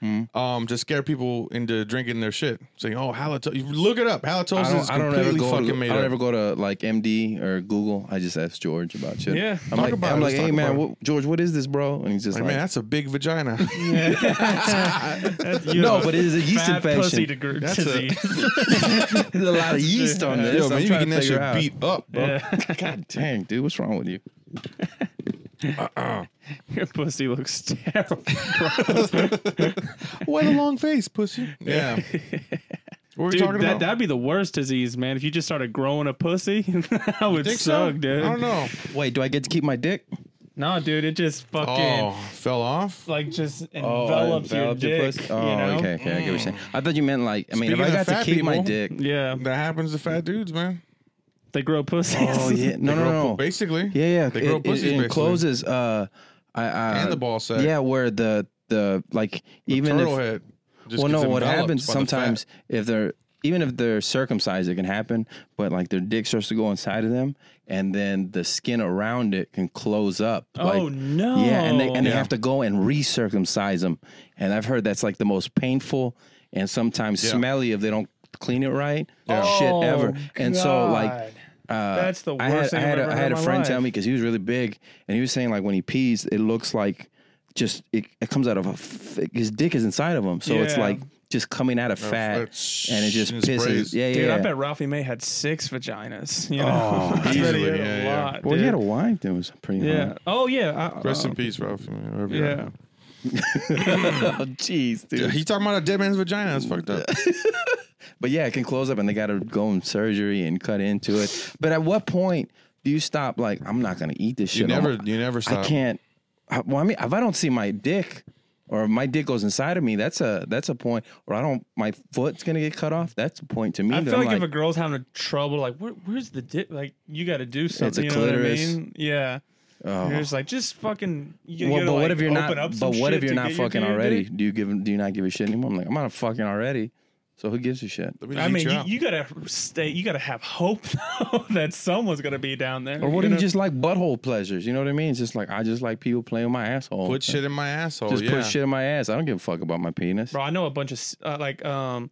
Hmm. um, to scare people into drinking their shit. Saying, "Oh, halitosis." Look it up. I Halitosis is don't, I don't ever completely go. fucking To, I made don't up. ever go to like MD or Google. I just ask George about shit. Yeah. I'm Talk like, about I'm it. like, Let's hey talk man, about it." what, George, what is this, bro? And he's just Like, like, man, that's a big vagina. That's- you No, have but it is a yeast fat Pussy deg- infection. That's a- disease. there's a lot of yeast on this. Yo, I'm man, you trying getting to that figure shit out. beat up, bro. God dang, dude, what's wrong with you? Your pussy looks terrible. What a long face, pussy. Yeah. what were we Dude, talking that, about? that'd be the worst disease, man. If you just started growing a pussy, that would Think suck, so? dude. I don't know. Wait, do I get to keep my dick? No, dude, it just fucking Oh, fell off. like just envelops Oh, Enveloped your dick. Oh, you know? okay, okay, I get what you're saying. I thought you meant like, I mean, Speaking if I of got to fat keep my people- dick. Yeah, That happens to fat dudes, man. they grow pussies. Oh yeah, no, They no, grow pu- no. Basically, Yeah, yeah. They grow it, pussies, it, it basically. encloses uh, I, I, And the ball sack. Yeah, where the the like even turtle if head. Just well, gets no, what enveloped happens by the fat. sometimes if they're even if they're circumcised, it can happen, but like their dick starts to go inside of them, and then the skin around it can close up. Oh, like- no. Yeah, and they and they Oh. Yeah. have to go and recircumcise them, and I've heard that's like the most painful and sometimes Yeah. smelly if they don't clean it right. Shit Oh, ever. And so God. like. Uh, That's the I had, worst thing I I've had, ever a, I heard had in a my friend life. tell me because he was really big, and he was saying like when he pees, it looks like just it, it comes out of a thick, his dick is inside of him, so it's Yeah. like just coming out of fat, and it's- it just and it's pisses. sprays. Yeah, yeah. Dude, I yeah. Oh, bet Ralphie May had six vaginas. You know? I bet he easily, had a yeah, yeah. lot, well, he had a Mm. dude. wife that was pretty. yeah. Oh yeah. I, Rest uh, in peace, Ralph. man, wherever you're Yeah. at. hot. Oh, jeez, dude. Yeah, He talking about a dead man's vagina. That's fucked up. But yeah, it can close up, and they got to go in surgery and cut into it. But at what point do you stop? Like, I'm not gonna eat this shit. You I'm- never, you never I stop. can't. I- Well, I mean, if I don't see my dick, or if my dick goes inside of me, that's a that's a point. Or I don't, my foot's gonna get cut off. That's a point to me. I that feel I'm like, if a girl's having trouble, like where, where's the dick? Like you got to do something. you know clitoris. What I mean? Yeah. oh. You're just like just fucking. You, well, gotta, but like, what if you're open not? Up some But what shit if you're to not get your- fucking to your already? dick? Do you give? Do you not give a shit anymore? I'm like, I'm not fucking already. So who gives a shit? Let me I eat mean, you you, out. you gotta stay. You gotta have hope though, that someone's gonna be down there. Or what if know? you just like butthole pleasures? You know what I mean? It's just like I just like people playing with my asshole. put shit in my asshole. Just yeah. put shit in my ass. I don't give a fuck about my penis. Bro, I know a bunch of uh, like um,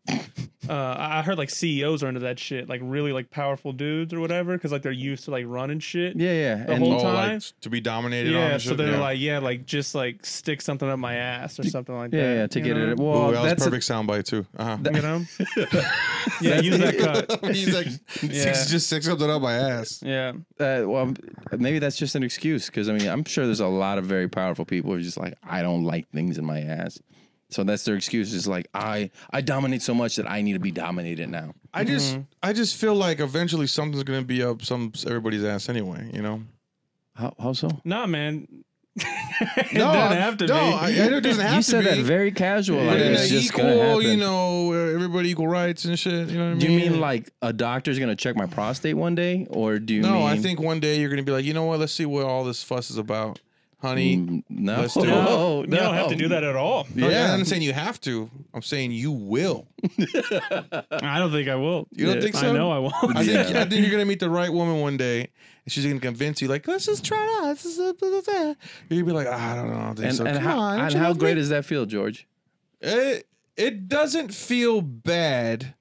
uh, I I heard like CEOs are into that shit, like really like powerful dudes or whatever, because like they're used to like running shit. Yeah, yeah. The and whole Oh, time. like to be dominated on. Yeah, and so shit? they're Yeah. like, yeah, like just like stick something up my ass or something like yeah, that. yeah. To you get know? it. Ooh, Well, that was that's a- perfect soundbite too. Uh-huh. You know? yeah, use that cut. He's like, Yeah. six, just six something up my ass. Yeah. uh, well, m- maybe that's just an excuse because I mean, I'm sure there's a lot of very powerful people who are just like, I don't like things in my ass. So that's their excuse. Is like, I I dominate so much that I need to be dominated now. I just, I just feel like eventually something's gonna be up some everybody's ass anyway. You know? How, how so? Nah, man. it no, doesn't I- have to no, be. I, it doesn't have You to said be. that very casual. But Like in it's an just gonna equal, happen. you know, uh, everybody equal rights and shit. You know what I mean? do you mean like a doctor's gonna check my prostate one day, or do you No, mean? I think one day you're gonna be like, you know what? Let's see what all this fuss is about, honey. Mm, no. Let's do it. no, no, you don't have to do that at all. No, Yeah. I'm not saying you have to. I'm saying you will. I don't think I will. You don't think so? I know I won't. I think Yeah. I think you're gonna meet the right woman one day, and she's gonna convince you like, let's just try it out. Let's just, uh, blah, blah, blah." You're gonna be like, I don't know. I don't think And, so. and Come how, on, don't and you how love me?" great does that feel, George? it it doesn't feel bad,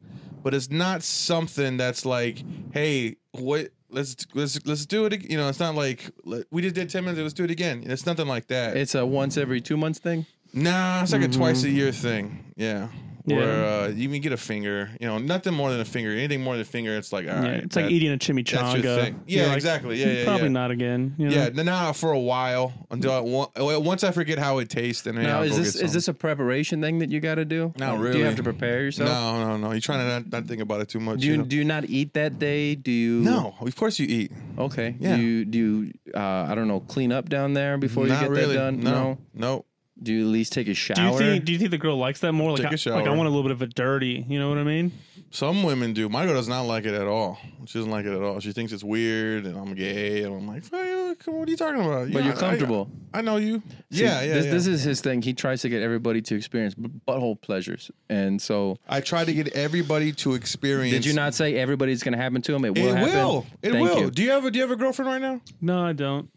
but it's not something that's like, hey, what? Let's let's let's do it. ag- You know, it's not like "Let- we just did ten minutes. Let's do it again. It's nothing like that. It's a once every two months thing. nah, it's like a twice a year Mm-hmm. thing. Yeah. Yeah. Where uh, you can get a finger, you know, nothing more than a finger. Anything more than a finger, it's like all right. Yeah, it's like that- eating a chimichanga. that's your thing. Yeah, You're like, "Hmm, exactly. Yeah, yeah, Probably yeah. not again. you know? Yeah, no, not for a while until I, wa- once I forget how it tastes. And then Now, I'll is go this get some. is this a preparation thing that you got to do? Not Do really. you have to prepare yourself? No, no, no. You're trying to not, not think about it too much. Do you you know? do you not eat that day? Do you? no, of course you eat. Okay. Yeah. Do you do you, uh, I don't know clean up down there before not you get really. that done? No, no. Do you at least take a shower? Do you think? Do you think the girl likes that more? Like, Take a I, like I shower. want a little bit of a dirty. You know what I mean? Some women do. My girl does not like it at all. She doesn't like it at all. She thinks it's weird and I'm gay and I'm like, "Fuck you, come on, what are you talking about? but Yeah, you're I- comfortable. I, I know you. See, yeah, yeah. This, yeah. this is his thing. He tries to get everybody to experience b- butthole pleasures, and so I try to get everybody to experience. did you not say everybody's going to happen to him? It will. It happen. will. It Thank will. You. Do you have a Do you have a girlfriend right now? No, I don't.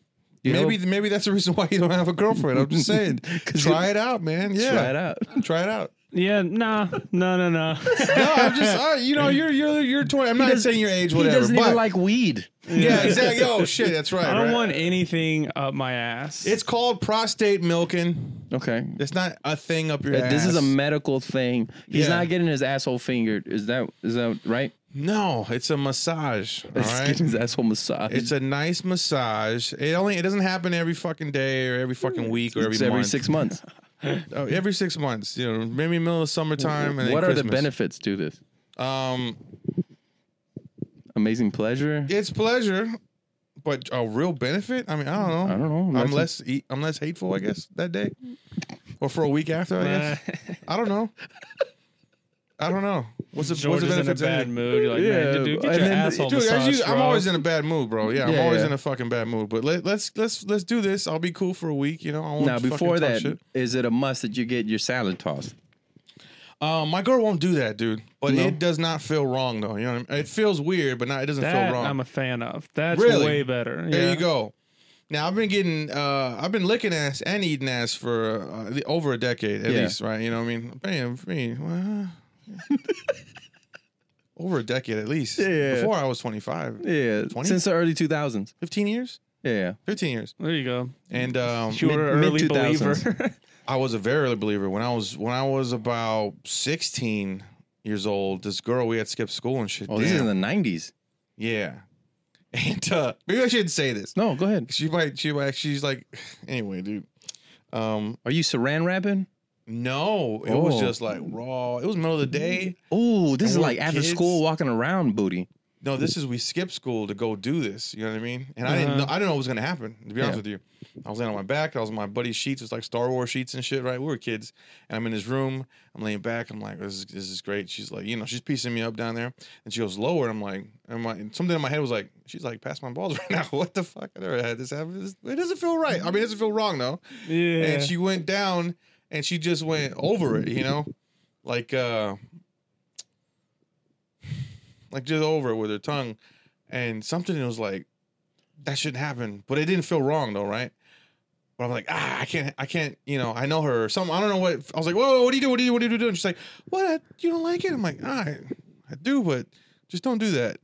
You know- maybe maybe that's the reason why you don't have a girlfriend. I'm just saying. try it out, man. Yeah, Try it out. Try it out. Yeah, nah, no, no, no. No, I'm just uh, you know you're you're you're 20. I'm not doesn't- saying your age, He whatever. doesn't but even like weed. yeah, exactly. Oh shit, that's right. I don't right. want anything up my ass. It's called prostate milking. Okay. It's not a thing up your ass. This is a medical thing. He's Yeah. not getting his asshole fingered. Is that is that right? no. It's a massage. All He's right. getting his asshole massage. It's a nice massage. It only it doesn't happen every fucking day or every fucking week or every It's every month. six months. Oh, every six months. You know, maybe middle of summertime. And then what are the Christmas. benefits to this? Um, Amazing pleasure. it's pleasure, but a real benefit. I mean, I don't know. I don't know. I'm That's- less e- I'm less hateful, I guess, that day, or for a week after. I Uh, guess. I don't know. I don't know. What's the George what's the is in a benefit? bad mood. You're like, Yeah, man, dude, get and your then- asshole Dude, as massaged. you, I'm bro. always in a bad mood, bro. Yeah, I'm Yeah, always yeah. in a fucking bad mood. But let, let's let's let's do this. I'll be cool for a week. You know. I won't Now, fucking before touch that, it. is it a must that you get your salad tossed? Um, my girl won't do that, dude. But No. it does not feel wrong though. You know, what I mean? it feels weird, but not it doesn't That feel wrong. I'm a fan of. That's Really? way better. There Yeah. you go. Now I've been getting, uh, I've been licking ass and eating ass for uh, the- over a decade at Yeah. least, right? You know what I mean? Bam, bam, over a decade at least. Yeah. Before I was 25, Yeah, 20? since the early 2000s. 15 years, Yeah, 15 years, There you go. and um, You were an mid- early believer. 2000s. I was a very early believer when I was when I was about 16 years old. This girl we had skipped school and shit. Oh, this is in Damn. the 90s. yeah. And uh, maybe I shouldn't say this. No, go ahead. She might. She might. She's like. Anyway, dude. Um, Are you saran wrapping? No, it was Oh. just like raw. It was middle of the day. Ooh, this And is we're like after kids. school walking around booty. No, this is we skipped school to go do this. You know what I mean? And I didn't know. Uh-huh. I didn't know what was gonna happen. To be Yeah. honest with you, I was laying on my back. I was on my buddy's sheets. It's like Star Wars sheets and shit. Right? We were kids. And I'm in his room. I'm laying back. I'm like, this is, this is great. She's like, you know, she's piecing me up down there. And she goes lower. And I'm like, and my something in my head was like, she's like, pass my balls right now. What the fuck? I never had this happen. This- It doesn't feel right. I mean, it doesn't feel wrong though. Yeah. and she went down and she just went over it you know like uh like just over it with her tongue and something was like that shouldn't happen but it didn't feel wrong though right but I'm like, ah, I can't, I can't, you know, I know her or something. I don't know what. I was like, whoa, what are you doing? What are you, what are you doing? She's like, what? I, you don't like it? I'm like, ah, I, I do, but just don't do that.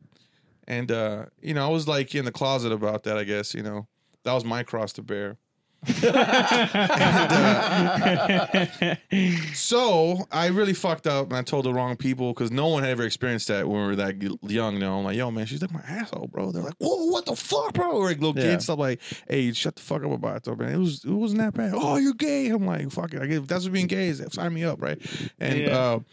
And, uh, you know, I was like in the closet about that, I guess, you know, that was my cross to bear. uh, So I really fucked up and I told the wrong people because no one had ever experienced that when we were that y- young. You know, I'm like, yo, man, she's like my asshole, bro. They're like, whoa, what the fuck, bro? We're like little Yeah. kids, stuff like, hey, shut the fuck up about it, though, man. It was, it wasn't that bad. Oh, you're gay. I'm like, fuck it. I guess if that's what being gay is. Sign me up, right? And Yeah. uh,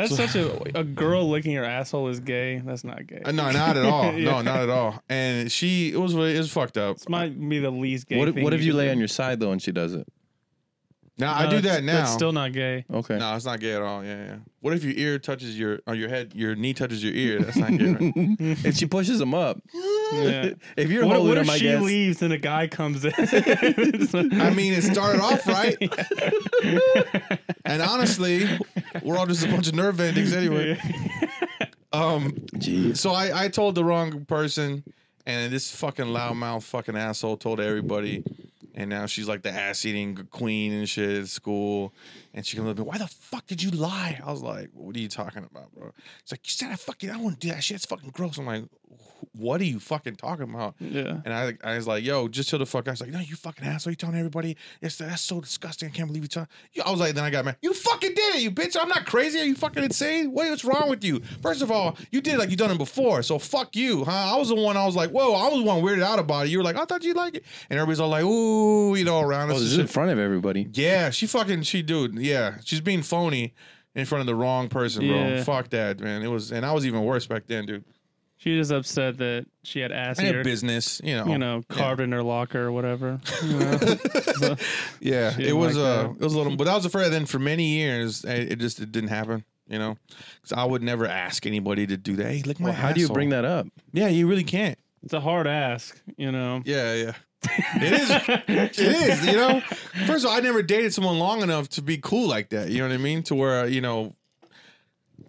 That's such a a girl licking your asshole is gay. That's not gay. uh, no, not at all. No, Yeah. not at all. And she, it was, it was fucked up. This might be the least gay. What, thing what if you could lay do. on your side though and she does it? Now No, I do that's- that now. That's still not gay. Okay. no, it's not gay at all. Yeah, yeah. What if your ear touches your, or your head, your knee touches your ear? That's not gay. Right? if she pushes them up, Yeah. if you're What, holding what if them, I she guess. leaves and a guy comes in? I I mean, it started off right. and honestly, we're all just a bunch of nerve endings anyway. Um, Jeez. so I, I told the wrong person, and this fucking loudmouth fucking asshole told everybody. And now she's like the ass eating queen and shit at school. And she comes up to me, why the fuck did you lie? I was like, what are you talking about, bro? It's like, you said I fucking, I wouldn't do that shit. It's fucking gross. I'm like, what are you fucking talking about? yeah. And I, I was like, yo, just chill the fuck. out." I was like, no, you fucking asshole. You telling everybody it's, that's so disgusting. I can't believe you tell. You- I was like, then I got mad. You fucking did it, you bitch. I'm not crazy. Are you fucking insane? What, what's wrong with you? First of all, you did it like you done it before. So fuck you, huh? I was the one. I was like, whoa. I was the one weirded out about it. You were like, I thought you liked it. And everybody's all like, ooh, you know, around us. Oh, and this is shit. in front of everybody. Yeah, she fucking she dude. Yeah, she's being phony in front of the wrong person, bro. Yeah. Fuck that, man. It was, and I was even worse back then, dude. She was upset that she had ass I had eater, business, you know. you know, carved in her locker or whatever. You know? So- Yeah, She it didn't was like uh, that. it was a little, but I was afraid. Then for many years, it, it just it didn't happen. You know, because I would never ask anybody to do that. Hey, lick my. Well, how do you asshole. bring that up? Yeah, you really can't. it's a hard ask, you know. Yeah, yeah. It is. it is. You know. First of all, I never dated someone long enough to be cool like that. You know what I mean? To where you know,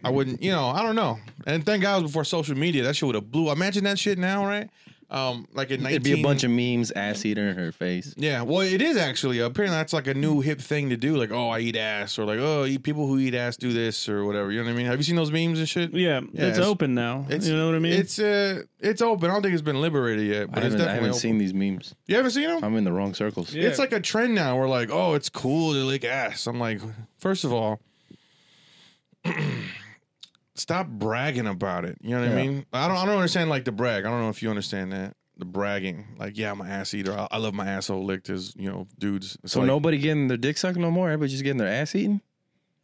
I wouldn't. You know, I don't know. And thank God it was before social media. That shit would have blew. Imagine that shit now, right? Um, like in 19, It'd be a bunch of memes, ass eater in her face. Yeah, well, it is actually. Apparently, that's like a new hip thing to do. Like, oh, I eat ass, or like, oh, eat, people who eat ass do this, or whatever. You know what I mean? Have you seen those memes and shit? Yeah, it's, it's- open now. it's- you know what I mean? It's uh, it's open. I don't think it's been liberated yet, I but haven't, it's I definitely haven't open. seen these memes. You haven't seen them? I'm in the wrong circles. Yeah. It's like a trend now. We're like, oh, it's cool to lick ass. I'm like, first of all, stop bragging about it. You know what I Yeah. mean? I don't. I don't understand like the brag. I don't know if you understand that. The bragging, like, yeah, I'm an ass eater. I, I love my asshole licked as you know, dudes. It's So like- nobody getting their dick sucked no more. Everybody's just getting their ass eaten.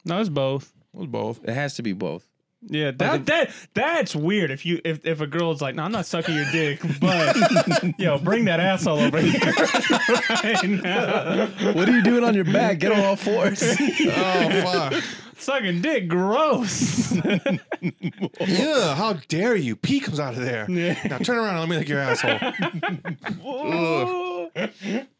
no, it's both. it was both. It has to be both. Yeah, that that that's weird. If you if if a girl's like, no, I'm not sucking your dick, but yo, bring that asshole over here right now. What are you doing on your back? Get on all fours. Oh fuck! Sucking dick, gross. yeah, how dare you? Pee comes out of there. Yeah. Now turn around and let me lick your asshole. Whoa.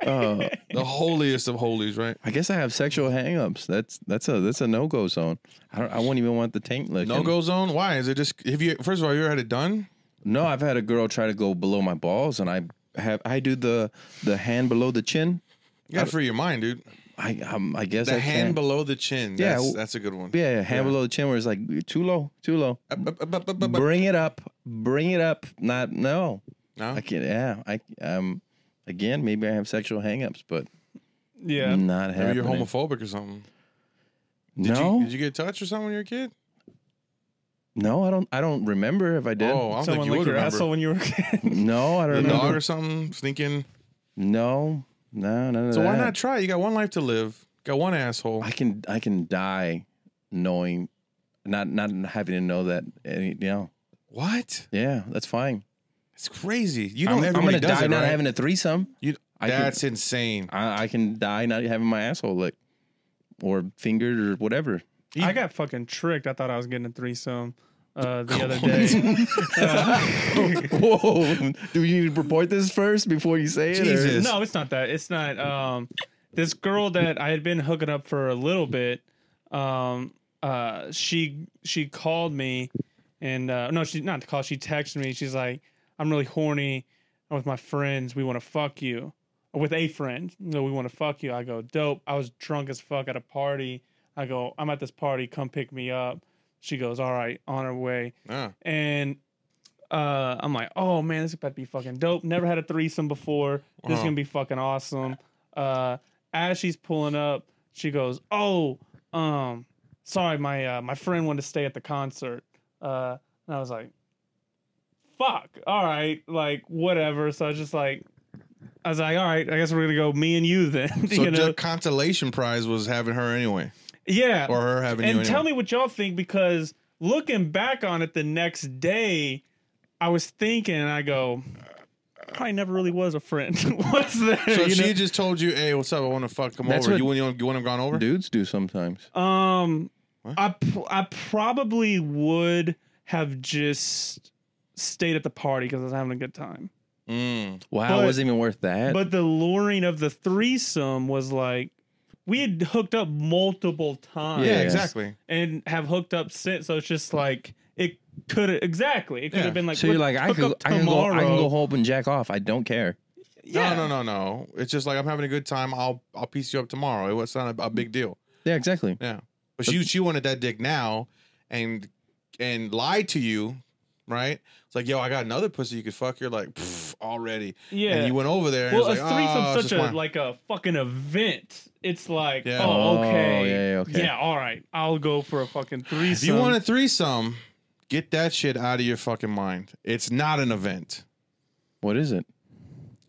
Uh, The holiest of holies, right? I guess I have sexual hangups. That's that's a that's a no go zone. I don't, I won't even want the taint lick. No go zone. Why is it just? Have you first of all, you ever had it done? No, I've had a girl try to go below my balls, and I have I do the the hand below the chin. You gotta free your mind, dude. I um, I guess The I hand can't. below the chin. Yeah, That's, w- that's a good one. yeah, yeah, hand below the chin, where it's like too low, too low. Up, up, up, up, up, up. Bring it up, bring it up. Not no, No? I can't. Yeah, I um. Again, maybe I have sexual hangups, but Yeah. not Maybe happening. you're homophobic or something. Did no, You, did you get touched or something when you were a kid? no, I don't. I don't remember if I did. Oh, I Someone don't think you licked would your remember. asshole when you were a kid. No, I don't Your dog remember. or something sneaking. No, no, no, no. So why not try? You got one life to live. Got one asshole. I can I can die knowing not not having to know that any, you know What? yeah that's fine. It's crazy. You I'm, know I'm gonna everybody does die it, not right? having a threesome. You- I can- that's insane. I, I can die not having my asshole licked or fingered or whatever. I got fucking tricked. I thought I was getting a threesome uh, the other day. Whoa! Do you need to report this first before you say it? or- Jesus. No, it's not that. It's not. Um, this girl that I had been hooking up for a little bit, um, uh, she she called me, and uh, no, she not call. She texted me. She's like, "I'm really horny. I'm with my friends. We want to fuck you." Or With a friend, no, we want to fuck you. I go, dope. I was drunk as fuck at a party. I go, I'm at this party. Come pick me up. She goes, all right, on her way Ah. and uh, I'm like, oh man, this is about to be fucking dope. Never had a threesome before. This is Uh-huh. gonna be fucking awesome. Uh, as she's pulling up, she goes, oh, um, sorry, my uh, my friend wanted to stay at the concert, uh, and I was like, fuck, all right, like whatever. So I was just like, I was like, all right, I guess we're gonna go me and you then. So you know? the consolation prize was having her anyway, yeah, or her having you. and Anyway. tell me what y'all think because looking back on it the next day, I was thinking and I go, probably never really was a friend. What's there? So you she just told you, "Hey, what's up? I want to fuck. Come That's over. what- you want? You want, you want him gone over? Dudes do sometimes. know? Um, What? I p- I probably would have just stayed at the party because I was having a good time. Mm. Wow, But- it wasn't even worth that. But the luring of the threesome was like. We had hooked up multiple times. Yeah, Yeah. exactly. and have hooked up since. So it's just like it could exactly. It could Yeah. have been like so you're "Look, like, I hook could, up I can go, I can tomorrow." go home and jack off. I don't care. Yeah. No, no, no, no. It's just like I'm having a good time. I'll I'll piece you up tomorrow. It was not a, a big deal. Yeah, exactly. Yeah, but she she wanted that dick now, and and lied to you, right? It's like, yo, I got another pussy you could fuck. You're like "Pff, already, Yeah. and you went over there. And well, a it's like, threesome's "Oh, it's such just a mine." like a fucking event. It's like, Yeah. oh, Oh, okay. yeah, yeah, okay. all right. I'll go for a fucking If threesome. you want a threesome, get that shit out of your fucking mind. It's not an event. What is it?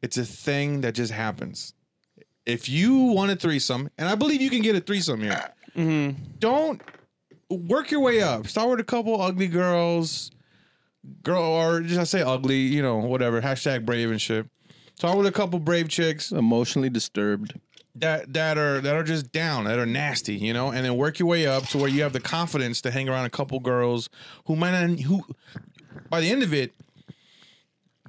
It's a thing that just happens. If you want a threesome, and I believe you can get a threesome here, Mm-hmm. don't work your way up. Start with a couple ugly girls, girl, or just I say ugly, you know, whatever. Hashtag brave and shit. Start with a couple brave chicks Emotionally disturbed. that that are that are just down, that are nasty, you know, and then work your way up to where you have the confidence to hang around a couple girls who might not who by the end of it,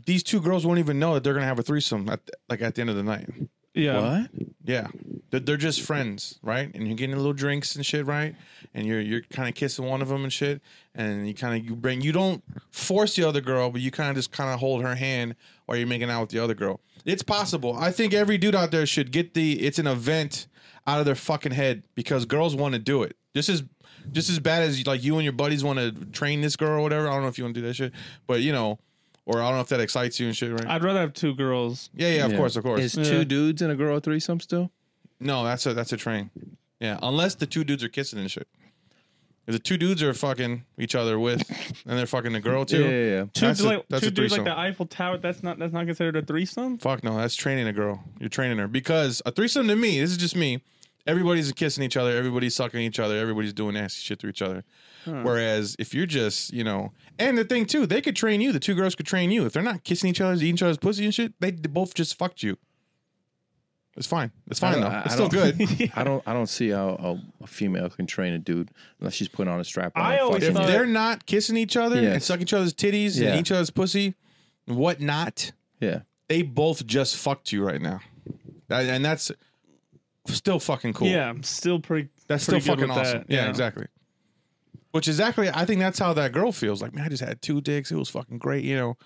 these two girls won't even know that they're gonna have a threesome at the, like at the end of the night. yeah. What? Yeah, they're, they're just friends, right? And you're getting little drinks and shit, right? And you're you're kind of kissing one of them and shit, and you kind of you bring you don't force the other girl, but you kind of just kind of hold her hand while you're making out with the other girl. It's possible. I think every dude out there should get the it's an event out of their fucking head because girls want to do it. This is just as bad as like you and your buddies want to train this girl or whatever. I don't know if you want to do that shit, but you know, or I don't know if that excites you and shit, right? I'd rather have two girls. yeah, yeah, of course, of course. Is Yeah. two dudes and a girl a threesome still? No, that's a that's a train. Yeah, unless the two dudes are kissing and shit. If the two dudes are fucking each other with, and they're fucking the girl too. yeah. Two That's dudes a- like that's two a dudes like threesome. the Eiffel Tower. That's not that's not considered a threesome. Fuck no, that's training a girl. You're training her because a threesome to me. This is just me. Everybody's kissing each other. Everybody's sucking each other. Everybody's doing nasty shit to each other. Whereas if you're just, you know, and the thing too, they could train you. The two girls could train you. If they're not kissing each other, eating each other's pussy and shit, they, they both just fucked you. It's fine. It's I fine don't- though. I- I It's still don't- good. I don't. I don't see how a, a female can train a dude unless she's putting on a strap. I always if thought- they're not kissing each other Yes. and sucking each other's titties Yeah. and each other's pussy, what not? yeah. they both just fucked you right now, That- and that's still fucking cool. Yeah, I'm still pretty. that's still pretty good fucking with awesome. that, yeah, exactly. Which is exactly, I think that's how that girl feels. Like, man, I just had two dicks. It was fucking great. You know,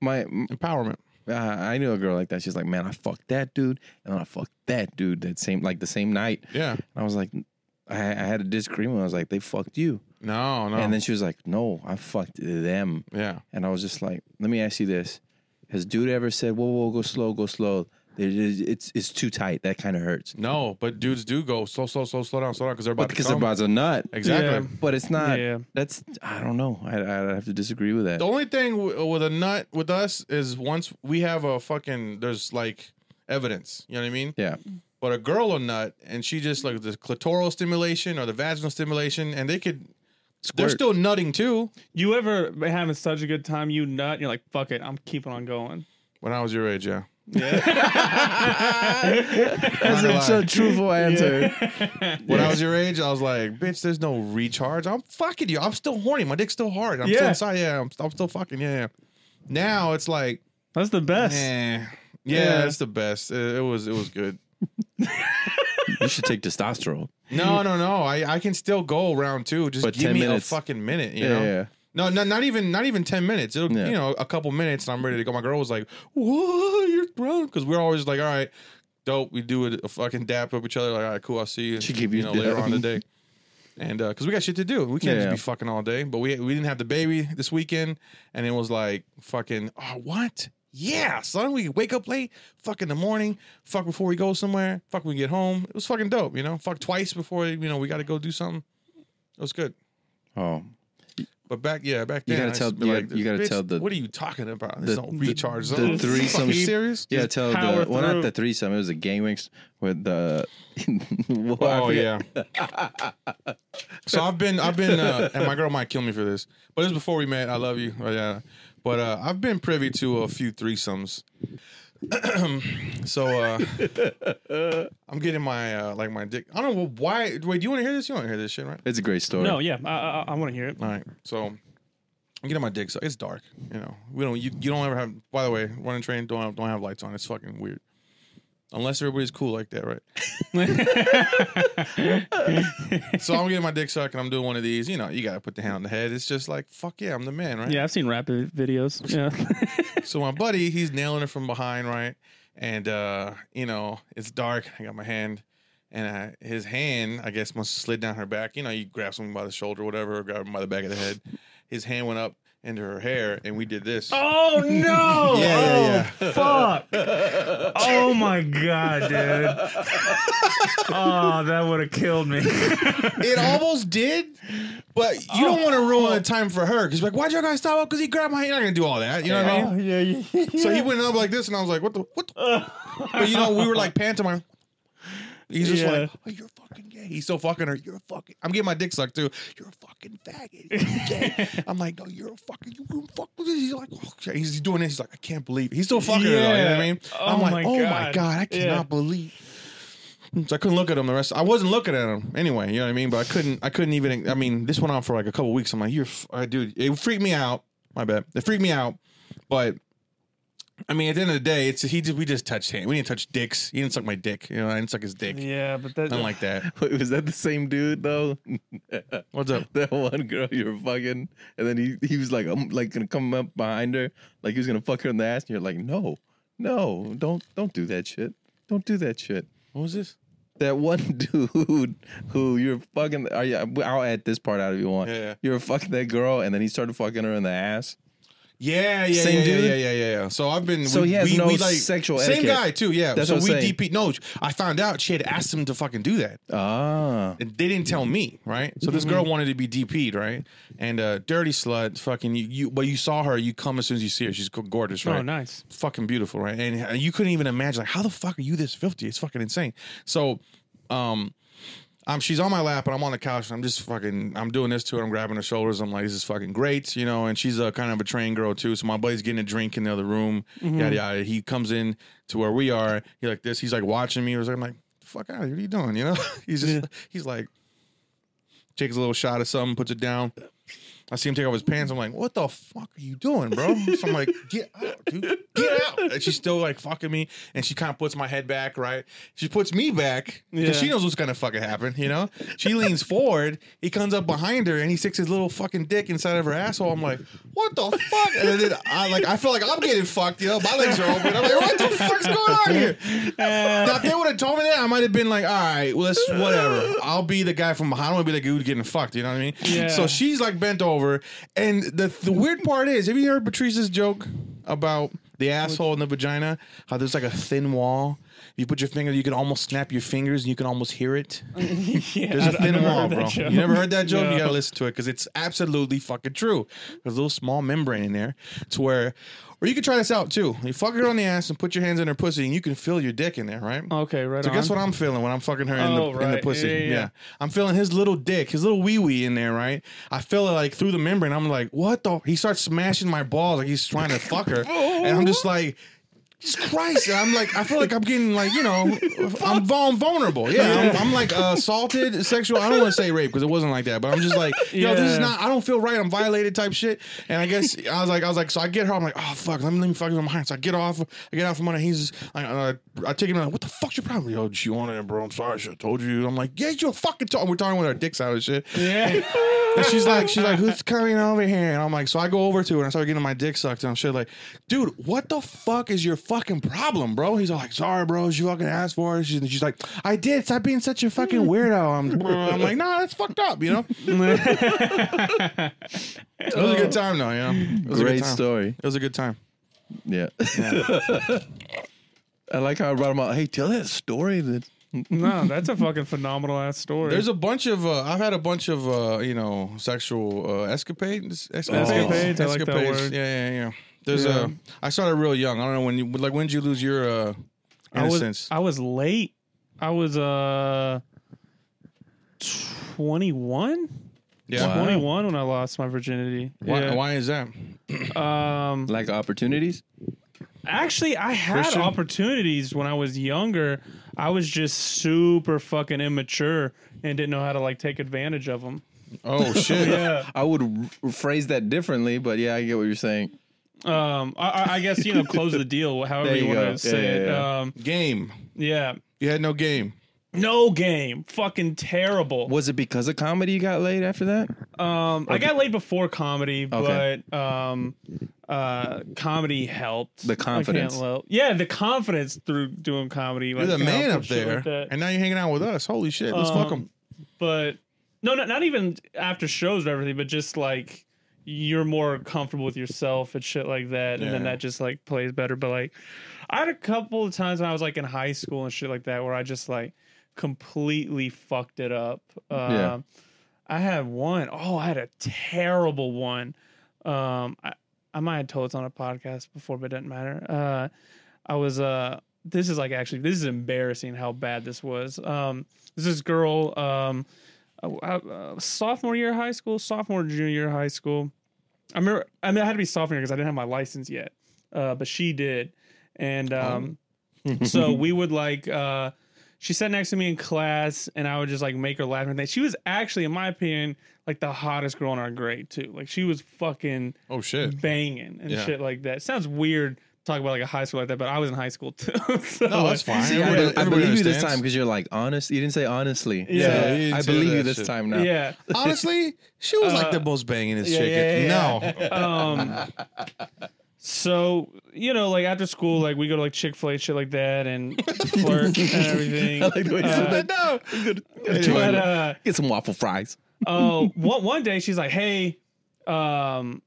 My, m- empowerment. uh, I knew a girl like that. She's like, man, I fucked that dude, and then I fucked that dude that same like the same night. Yeah. And I was like, I, I had a disagreement. I was like, they fucked you, No, no. and then she was like, no, I fucked them. yeah. And I was just like, let me ask you this: Has dude ever said, whoa, whoa, go slow, go slow? It is- It's it's too tight. That kind of hurts. No, but dudes do go slow, slow, slow, slow down, slow down because they're about But because to come. the a nut, exactly. but it's not. Yeah. That's I don't know. I I have to disagree with that. The only thing w- with a nut with us is once we have a fucking there's like evidence. You know what I mean? Yeah, But a girl a nut and she just like the clitoral stimulation or the vaginal stimulation, and they could Squirt. they're still nutting too. You ever been having such a good time? You nut. and You're like, fuck it. I'm keeping on going. When I was your age, yeah. that's gonna such a lie. truthful answer. When I was your age, I was like, bitch, there's no recharge. I'm fucking you. I'm still horny. My dick's still hard. I'm still Yeah. inside. Yeah, I'm, I'm still fucking. Yeah, yeah. Now it's like, That's the best. eh. yeah, Yeah. that's the best. It, it was, it was good. you should take testosterone. No, no, no. I, I can still go round two. Just But give 10 me minutes. a fucking minute. You Yeah, know. yeah. No, no, not even not even ten minutes. It'll Yeah. you know a couple minutes, and I'm ready to go. My girl was like, "Whoa, you're drunk," because we're always like, "All right, dope." We do a, a fucking dap up each other. Like, "All right, cool. I'll see you." She give you know later dap. on today, and because we got shit to do, we can't Yeah. just be fucking all day. But we we didn't have the baby this weekend, and it was like fucking oh what. Yeah, son, we wake up late, fuck in the morning, fuck before we go somewhere, fuck when we get home. It was fucking dope, you know. Fuck twice before you know we got to go do something. It was good. Oh, But back, yeah, back You then, gotta I tell- used to be you gotta- you gotta "Bitch, tell the- What are you talking about? There's the- no the- recharge. the zone. Are threesome- you serious? yeah. Tell power the well, not through. the threesome. It was the gang ranks with the. Well, I Oh forget. yeah. so I've been, I've been, uh, and my girl might kill me for this, but this is before we met. I love you. Oh, yeah. But uh, I've been privy to a few threesomes. so uh, I'm getting my uh, like my dick. I don't know why. Wait, do you want to hear this? You want to hear this shit, right? It's a great story. No, yeah, I, I, I want to hear it. All right. So I'm getting my dick. So it's dark. You know, we don't. You, you don't ever have. By the way, running train don't have, don't have lights on. It's fucking weird. Unless everybody's cool like that, right? so I'm getting my dick sucked and I'm doing one of these. You know, you gotta put the hand on the head. It's just like, fuck yeah, I'm the man, right? Yeah, I've seen rap videos. Yeah, So my buddy, he's nailing it from behind, right? And uh, you know, it's dark. I got my hand, and I, his hand, I guess, must have slid down her back. You know, you grab someone by the shoulder, or whatever, or grab them by the back of the head. His hand went up into her hair, and we did this. Oh no! Yeah, oh fuck! Oh my god, dude! Oh, that would have killed me. It almost did, but you Oh. don't want to ruin the time for her because like, why'd y'all guys stop up? Because he grabbed my hand. You're not gonna do all that. You know what I mean? yeah, yeah. So he went up like this, and I was like, what the what? The? but you know, we were like pantomime. He's just Yeah. like, oh, you're fucking gay. He's still fucking her. You're a fucking. I'm getting my dick sucked too. You're a fucking faggot. You're gay. I'm like, no, you're a fucking. You wouldn't fuck with this. He's like, oh, shit. he's doing this. He's like, I can't believe. It. He's still fucking her. Though, you know what I Yeah. mean? Oh I'm like, my oh my God. god, I Yeah. cannot believe. So I couldn't look at him the rest. I wasn't looking at him anyway. You know what I mean? But I couldn't. I couldn't even. I mean, this went on for like a couple weeks. I'm like, you're, f- uh, dude. It freaked me out. My bad. It freaked me out. But I mean, at the end of the day, it's he just we just touched hand. We didn't touch dicks. He didn't suck my dick. You know, I didn't suck his dick. Yeah, but that. Nothing like that. Wait, was that the same dude though? What's up? that one girl you were fucking, and then he he was like, um like gonna come up behind her, like he was gonna fuck her in the ass, and you're like, no, no, don't don't do that shit, don't do that shit. What was this? That one dude who you're fucking, are you, I'll add this part out if you want. Yeah, yeah. You're fucking that girl, and then he started fucking her in the ass. Yeah, yeah, Same yeah, dude? yeah, yeah, yeah, yeah. So I've been. So he has no sexual Same etiquette. guy too. Yeah. That's so what I'm we saying. DP. No, I found out she had asked him to fucking do that. Ah, And they didn't tell me, right? So this Mm-hmm. girl wanted to be DP'd, right? And uh, dirty slut, fucking you, you. But you saw her, you come as soon as you see her. She's gorgeous, right? Oh, nice. fucking beautiful, right? And and you couldn't even imagine like how the fuck are you this filthy? It's fucking insane. So, um, um, she's on my lap and I'm on the couch and I'm just fucking I'm doing this to her. I'm grabbing her shoulders. I'm like, this is fucking great, you know. And she's a kind of a trained girl too. So my buddy's getting a drink in the other room. Yada yada. He comes in to where we are. He like this. He's like watching me. I'm like, fuck out of here. What are you doing? You know. He's just he's like takes a little shot of something, puts it down. I see him take off his pants. I'm like, what the fuck are you doing, bro? so I'm like, get out, dude, get out. And she's still like fucking me, and she kind of puts my head back, right? She puts me back because Yeah. she knows what's gonna fucking happen, you know. She leans forward, he comes up behind her, and he sticks his little fucking dick inside of her asshole. I'm like, what the fuck? And then I like, I feel like I'm getting fucked, you know. My legs are open. I'm like, what the fuck's going on here? now, if they would have told me that, I might have been like, all right, well, let's whatever. I'll be the guy from behind. I want to be like, dude, getting fucked. You know what I mean? Yeah. So she's like bent over. And the, the weird part is, have you heard Patrice's joke about the asshole and the vagina? How there's like a thin wall. You put your finger, you can almost snap your fingers and you can almost hear it. yeah, There's a I- I thin never wall, heard that bro. joke. You never heard that joke? You No. gotta listen to it because it's absolutely fucking true. There's a little small membrane in there to where, or you could try this out too. You fuck her on the ass and put your hands in her pussy and you can feel your dick in there, right? Okay, right So on. guess what I'm feeling when I'm fucking her in, the, Oh, in the right. pussy? Yeah, Yeah, yeah, yeah. I'm feeling his little dick, his little wee wee in there, right? I feel it like through the membrane. I'm like, what the? He starts smashing my balls like he's trying to fuck her, and I'm just like. Jesus Christ! And I'm like, I feel like I'm getting like, you know, I'm vul- vulnerable. Yeah, I'm, I'm like uh, assaulted, sexual. I don't want to say rape because it wasn't like that, but I'm just like, yo, this is Yeah. not. I don't feel right. I'm violated type shit. And I guess I was like, I was like, so I get her. I'm like, oh fuck, let me let me fuck with my hand. So I get off. I get off from under. He's, I, I, I take him. Like, what the fuck's your problem? Yo, she wanted it, bro. I'm sorry, I should have told you. I'm like, yeah, you're fucking talking. We're talking with our dicks out and shit. Yeah. And she's like, she's like, who's coming over here? And I'm like, so I go over to her and I start getting my dick sucked. And I'm shit like, dude, what the fuck is your fucking problem, bro? He's all like, sorry, bro, she fucking asked for it. She's, she's like, I did. Stop being such a fucking weirdo. I'm, I'm like, nah, that's fucked up, you know. it was a good time though, you know. It was a Great good time. story. It was a good time. Yeah. I like how I brought him out. Hey, tell that story that no, that's a fucking phenomenal ass story. There's a bunch of uh, I've had a bunch of uh, you know sexual uh, escapades, escapades, Escapades, I like that escapades. word. Yeah, yeah, yeah. There's Yeah. uh, I started real young. I don't know when you like when did you lose your uh, innocence? I was, I was late. I was uh 21? yeah. Wow. 21 when I lost my virginity. Why, yeah. why is that? Um like opportunities. actually I had Christian? opportunities when I was younger. I was just super fucking immature and didn't know how to like take advantage of them. Oh shit! Yeah. I would r- phrase that differently, but yeah, I get what you're saying. Um I- I, I guess you know close the deal however There you, you want go. to say Yeah, yeah, it. yeah. Um Game. yeah. You had no game. No game. Fucking terrible. Was it because of comedy you got laid after that? Um, I got laid before comedy, Okay. but um, uh, comedy helped. I can't confidence. lo- yeah, the confidence through doing comedy. Like, You're the helped man and up shit there, like that. and now you're hanging out with us. Holy shit! Let's fuck Um, him. but no, not, not even after shows or everything, but just like you're more comfortable with yourself and shit like that, and then Yeah. that just like plays better. But like, I had a couple of times when I was like in high school and shit like that where I just like completely fucked it up. Um, Yeah. I had one. Oh, I had a terrible one. Um, I, I might have told it's on a podcast before, but it doesn't matter. Uh, I was uh this is like actually this is embarrassing how bad this was. Um this is girl um uh, uh, sophomore year of high school, sophomore junior year of high school. I remember I mean I had to be sophomore because I didn't have my license yet. Uh but she did. And um so we would like uh she sat next to me in class and I would just like make her laugh and that she was actually in my opinion like the hottest girl in our grade too. Like she was fucking Oh shit! banging and Yeah. shit like that. Sounds weird talking about like a high school like that, but I was in high school too. so No, that's like, fine. See, I, Everybody- I everybody believe you this understands. time because you're like honest. You didn't say Yeah. honestly. So Yeah, you didn't I say believe that you this shit. time now. Yeah. Honestly, she was like Uh, the most bangingest yeah, chick. yeah, yeah, No, Um so, you know, like after school, like we go to like Chick-fil-A and shit like that and flirt and everything. I like the way you said Uh, that. No. But uh Get some waffle fries. oh, one one day she's like, "Hey, um,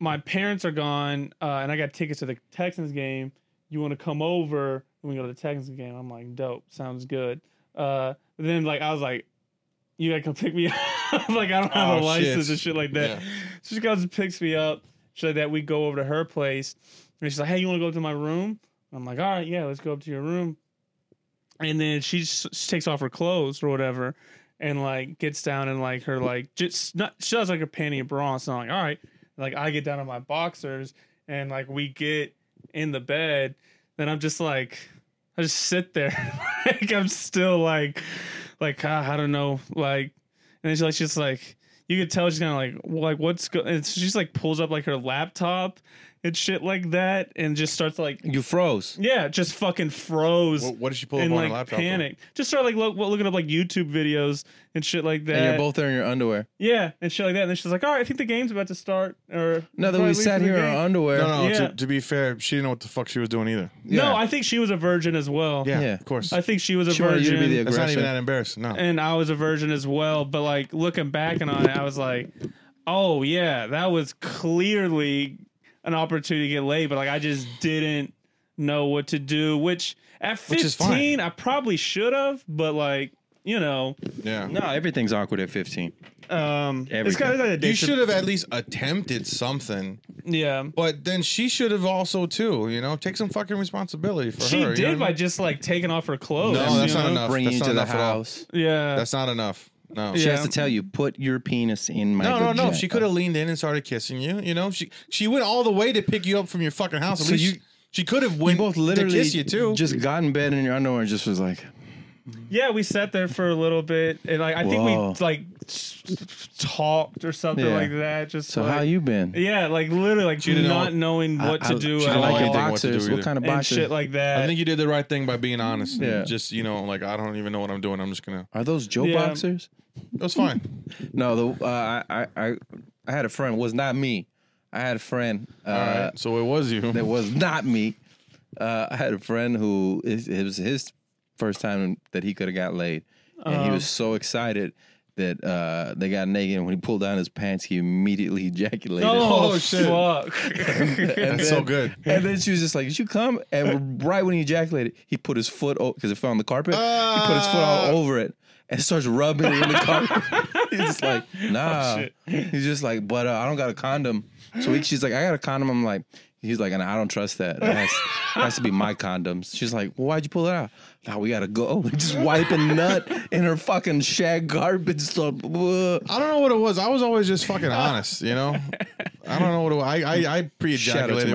my parents are gone, uh, and I got tickets to the Texans game. You want to come over and we go to the Texans game?" I'm like, "Dope, sounds good." Uh, then like I was like, "You gotta come pick me up." like I don't have a Oh, shit. license and shit like that. Yeah. So she comes and picks me up. So that we go over to her place, and she's like, "Hey, you want to go up to my room?" I'm like, "All right, yeah, let's go up to your room." And then she just she takes off her clothes or whatever, and like gets down and like her like just not she does like a panty and bra. So I'm like, all right, like I get down on my boxers and like we get in the bed. Then I'm just like, I just sit there, like I'm still like, like ah, I don't know, like, and then she's like, she's like, you could tell she's kind of like like what's go- and she just like pulls up like her laptop and shit like that and just starts like You froze. yeah just fucking froze What, what did she pull up and on like her laptop? though? panicked just started like look, looking up like YouTube videos and shit like that And you're both there in your underwear. yeah and shit like that and then she's like all right I think the game's about to start or No, that Probably we leave sat for the here in game. our underwear. No, no. Yeah. To, to be fair, she didn't know what the fuck she was doing either. Yeah. no I think she was a virgin as well Yeah, Yeah. of course. I think she was a She wanted you virgin to be the That's not even aggressor. that embarrassing. No. and I was a virgin as well. But like looking back and on it, I was like, oh yeah, that was clearly an opportunity to get laid. But like I just didn't know what to do. Which at Which is fine. fifteen, I probably should have. But like you know, Yeah. No, everything's awkward at 15. um, it's Everything. kind of like a You dish- should have at least attempted something, Yeah, but then she should have also too. You know, take some fucking responsibility for she her. you know did what by I mean? just like taking off her clothes. No, that's you not know? enough. Bring That's you not to the enough at all. house. Yeah, That's not enough. No. She Yeah. has to tell you, put your penis in my. No, no, no. vagina. She could have leaned in and started kissing you. You know, she she went all the way to pick you up from your fucking house. At So least you- she, she could have You went both literally to kiss you too. Just got in bed in your underwear and just was like, Yeah, we sat there for a little bit, and like I think Whoa. we like s- s- talked or something Yeah. like that. Just "So like, how you been?" Yeah, like literally, like She didn't not know- knowing what I- to I- do she at didn't like all, your What to do boxers. What, either. kind of and boxers? shit like that. I think you did the right thing by being honest. Yeah. Yeah. Just you know, like I don't even know what I'm doing. I'm just gonna. Are those Joe Yeah. boxers? It was fine. No, the uh, I, I I I had a friend. It was not me. I had a friend. Uh, all right. So it was you. That was not me. Uh, I had a friend who it, it was his first time that he could have got laid, and he was so excited that uh, they got naked. And when he pulled down his pants, he immediately ejaculated. oh, Oh, shit. fuck! And That's so good. And then she was just like, "Did you come?" And right when he ejaculated, he put his foot because it fell on the carpet. he put his foot Ah. all over it and starts rubbing it in the carpet. He's just like, Oh, "Nah." shit. He's just like, "But uh, I don't got a condom." So he, she's like, "I got a condom." I'm like, "He's like, and I don't trust that. That has, that has to be my condoms." She's like, well, "Why'd you pull it out?" Now we gotta go. Just wipe a nut in her fucking shag carpet. So, uh, I don't know what it was. I was always just fucking honest. You know. I don't know what it was. I I, I shout out to my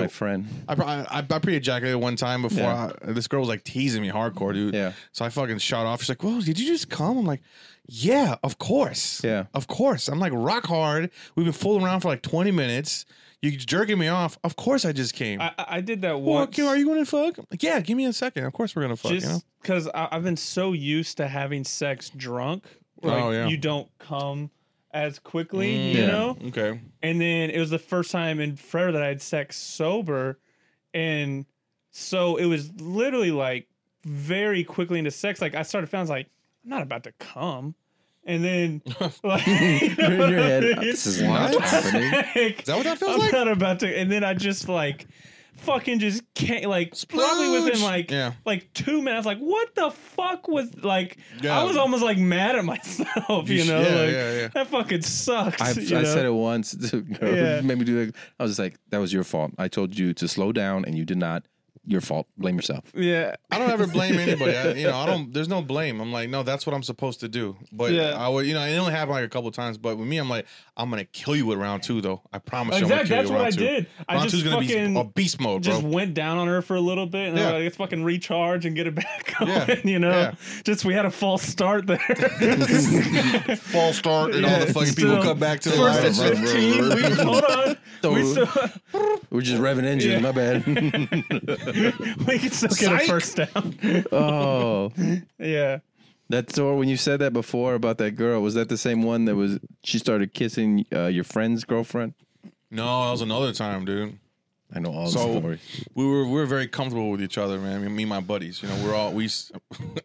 pre-ejaculated. friend. I, pro- I, I pre-ejaculated one time before. Yeah. I, this girl was like teasing me hardcore, dude. Yeah. So I fucking shot off. She's like, "Whoa, did you just come?" I'm like, "Yeah, of course. Yeah. of course." I'm like, "Rock hard." We've been fooling around for like 20 minutes. You jerking me off. Of course, I just came. I, I did that Well, once. Kim, are you gonna fuck? I'm like, yeah, give me a second. Of course, we're gonna fuck. you know? just because I've been so used to having sex drunk, like Oh, yeah. you don't come as quickly, Mm. you Yeah. know. Okay. And then it was the first time in forever that I had sex sober. And so it was literally like very quickly into sex. Like I started feeling I was like, I'm not about to come. And then like you know You're in what I your head. mean? This is not What? happening. Like, that what that feels I'm like? not about to and then I just like fucking just can't like probably within Splooge. like Yeah. like two minutes like what the fuck was like Yeah. I was almost like mad at myself, you, sh- know? yeah, like yeah, yeah. that fucking sucks. I, I you know? said it once. To a girl Yeah. who made me do it. I was just like, "That was your fault. I told you to slow down, and you did not. Your fault. Blame yourself." Yeah. I don't ever blame anybody. I, you know, I don't. There's no blame. I'm like, no, that's what I'm supposed to do. But Yeah. I would, you know, it only happened like a couple times. But with me, I'm like, I'm gonna kill you at round two, though. I promise. you, I'm Exactly. gonna That's kill what you I at round two. did. I round just two's gonna fucking be a beast mode, bro. just went down on her for a little bit, and Yeah. then like, let's fucking recharge and get it back going. Yeah. You know, Yeah. just we had a false start there. False start, and Yeah, all the fucking still- people come back to the First light. and fifteen. we, hold on, we still We're just revving engines. Yeah. My bad. we can still get a Psych. first down. oh, yeah. that's or when you said that before about that girl. Was that the same one that was? She started kissing uh, your friend's girlfriend. No, that was another time, dude. I know all the So stories. we were we were very comfortable with each other, man. Me, me and my buddies, you know, we're all we. s-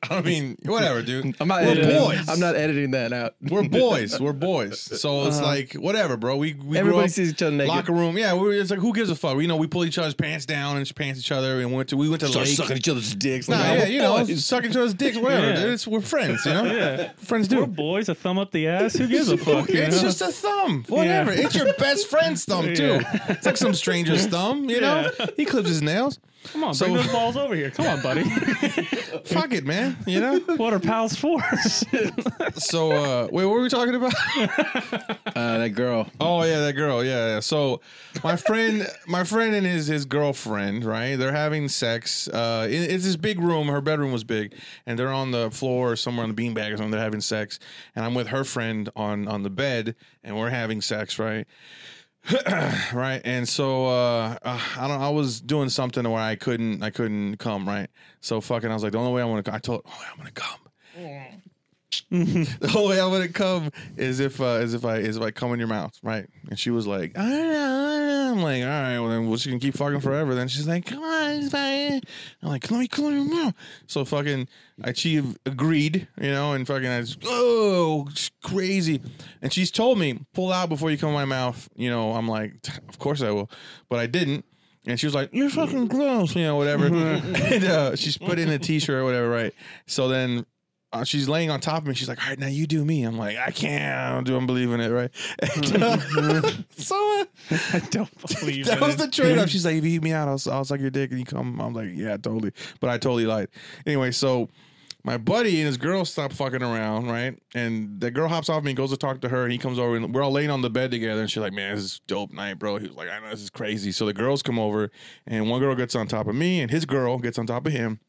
I mean, whatever, dude. I'm not we're editing. boys. I'm not editing that out. We're boys. We're boys. So it's like whatever, bro. We we grew Uh-huh. Everybody up- sees each other naked. Locker room, yeah. We were, it's like who gives a fuck? We, you know, we pull each other's pants down and pants each other, and went to we went to the Start lake. sucking each other's dicks. Nah, Like, yeah, oh, you know, boys. suck each other's dicks, whatever. Yeah. Dude, it's, we're friends, you know. Yeah. Friends Poor do. boys, a thumb up the ass. Who gives a fuck? you It's know? just a thumb, whatever. It's your best friend's thumb too. Yeah. It's like some stranger's thumb. dumb, you know? He clips his nails. Come on, So- bring those balls over here. Come on, buddy. Fuck it, man. You know? what are pals for? So uh wait, what were we talking about? Uh, that girl. Oh yeah, that girl. Yeah, yeah. So my friend, my friend and his his girlfriend, right? They're having sex. Uh, it- it's this big room. Her bedroom was big, and they're on the floor or somewhere on the beanbag or something. They're having sex, and I'm with her friend on on the bed, and we're having sex, right? right and so uh uh, i don't i was doing something where i couldn't i couldn't come right so fucking i was like the only way i want to i told oh, i'm gonna come the only way I'm gonna come is if uh, is if I is if I come in your mouth, right? And she was like, I don't know, I don't know." I'm like, all right, well then well, she can keep fucking forever. Then she's like, come on, it's fine. I'm like, let me come in your mouth. So fucking, I she agreed, you know, and fucking I just oh it's crazy, and she's told me pull out before you come in my mouth. You know, I'm like, of course I will, but I didn't. And she was like, "You're fucking gross," you know, whatever. and uh, she's put in a t-shirt or whatever, right? So then uh, she's laying on top of me. She's like, all right, now you do me. I'm like, I can't. I don't do. I'm believing it, right? And, uh, so uh, I don't believe that it. was the trade off. She's like, if you eat me out, I'll, I'll suck your dick and you come. I'm like, yeah, totally. But I totally lied. Anyway, so my buddy and his girl stop fucking around, right? And the girl hops off me and goes to talk to her. And he comes over and we're all laying on the bed together. And she's like, man, this is dope night, bro. He was like, I know this is crazy. So the girls come over and one girl gets on top of me and his girl gets on top of him.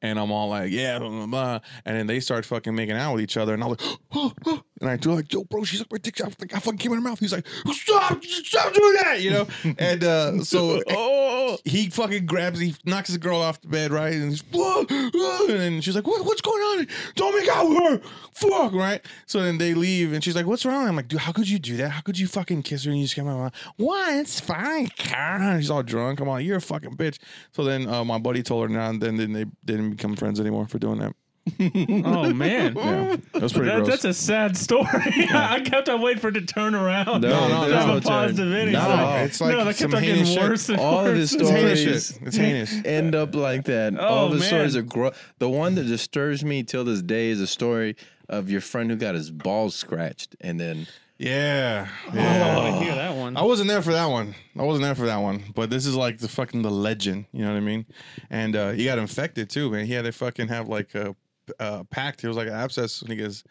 And I'm all like, yeah, blah, blah, blah. And then they start fucking making out with each other. And I'm like, oh, oh. and I do like, yo, bro, she's like my dick. I think I fucking came in her mouth. He's like, stop, stop doing that, you know? And uh, so oh, he fucking grabs, he knocks his girl off the bed, right? And he's, whoa, whoa. and then she's like, what, what's going on? Don't make out with her. Fuck, right? So then they leave and she's like, what's wrong? I'm like, dude, how could you do that? How could you fucking kiss her and you just came out? of my mouth?" Why? It's fine. Karen." She's all drunk. I'm like, you're a fucking bitch. So then uh, my buddy told her now and then, then they didn't become friends anymore for doing that. oh man. Yeah. That was pretty That, gross. that's a sad story. I kept on waiting for it to turn around. No, no, There's no, a positive ending. No, It's like- it's like no, that some kept on getting heinous shit. worse and all of worse. the It's heinous stories shit. It's heinous. end up like that. all the Oh, man. stories are gro- the one that disturbs me till this day is a story of your friend who got his balls scratched and then Yeah. I yeah. don't want to hear that one. I wasn't there for that one. I wasn't there for that one. But this is like the fucking the legend. You know what I mean? And uh, he got infected too, man. He had to fucking have like a uh, packed. It was like an abscess. And he goes,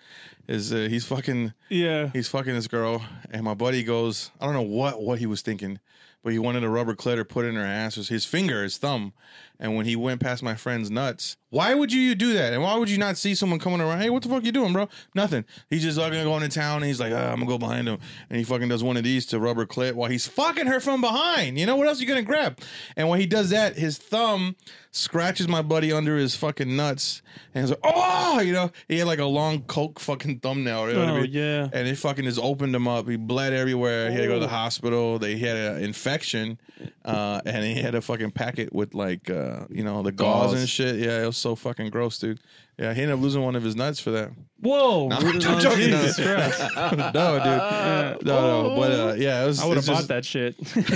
"Is uh, he's fucking yeah. he's fucking this girl?" And my buddy goes, "I don't know what what he was thinking, but he wanted a rubber clitter put in her ass with his finger, his thumb." And when he went past my friend's nuts, why would you do that? And why would you not see someone coming around? Hey, what the fuck you doing, bro? Nothing. He's just fucking going to town and he's like, ah, I'm gonna go behind him. And he fucking does one of these to rubber clit while he's fucking her from behind. You know what else you gonna grab? And when he does that, his thumb scratches my buddy under his fucking nuts and he's like, oh, you know, he had like a long coke fucking thumbnail. You know what I Oh, mean? yeah. And it fucking just opened him up. He bled everywhere. He had to go to the hospital. They he had an infection, uh, and he had to fucking pack it with like uh, you know the gauze, Gauze. and shit. Yeah, it was so fucking gross, dude. Yeah, he ended up losing one of his nuts for that. Whoa. I'm Oh, joking, no. Jesus Christ. no, dude, no, no. But uh, yeah, it was, I would have bought it's just- that shit.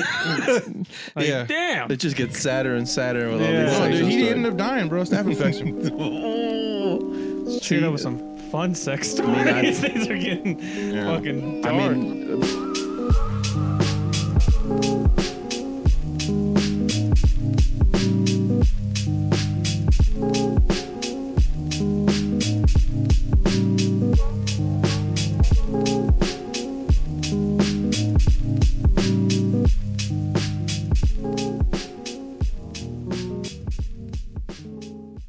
like, Yeah. Damn. it just gets sadder and sadder with Yeah. all No, these Oh, dude, sexual he ended stories. up dying, bro. Staph infection. Let's cheer up with some fun sex stories. These are getting fucking dark. I mean,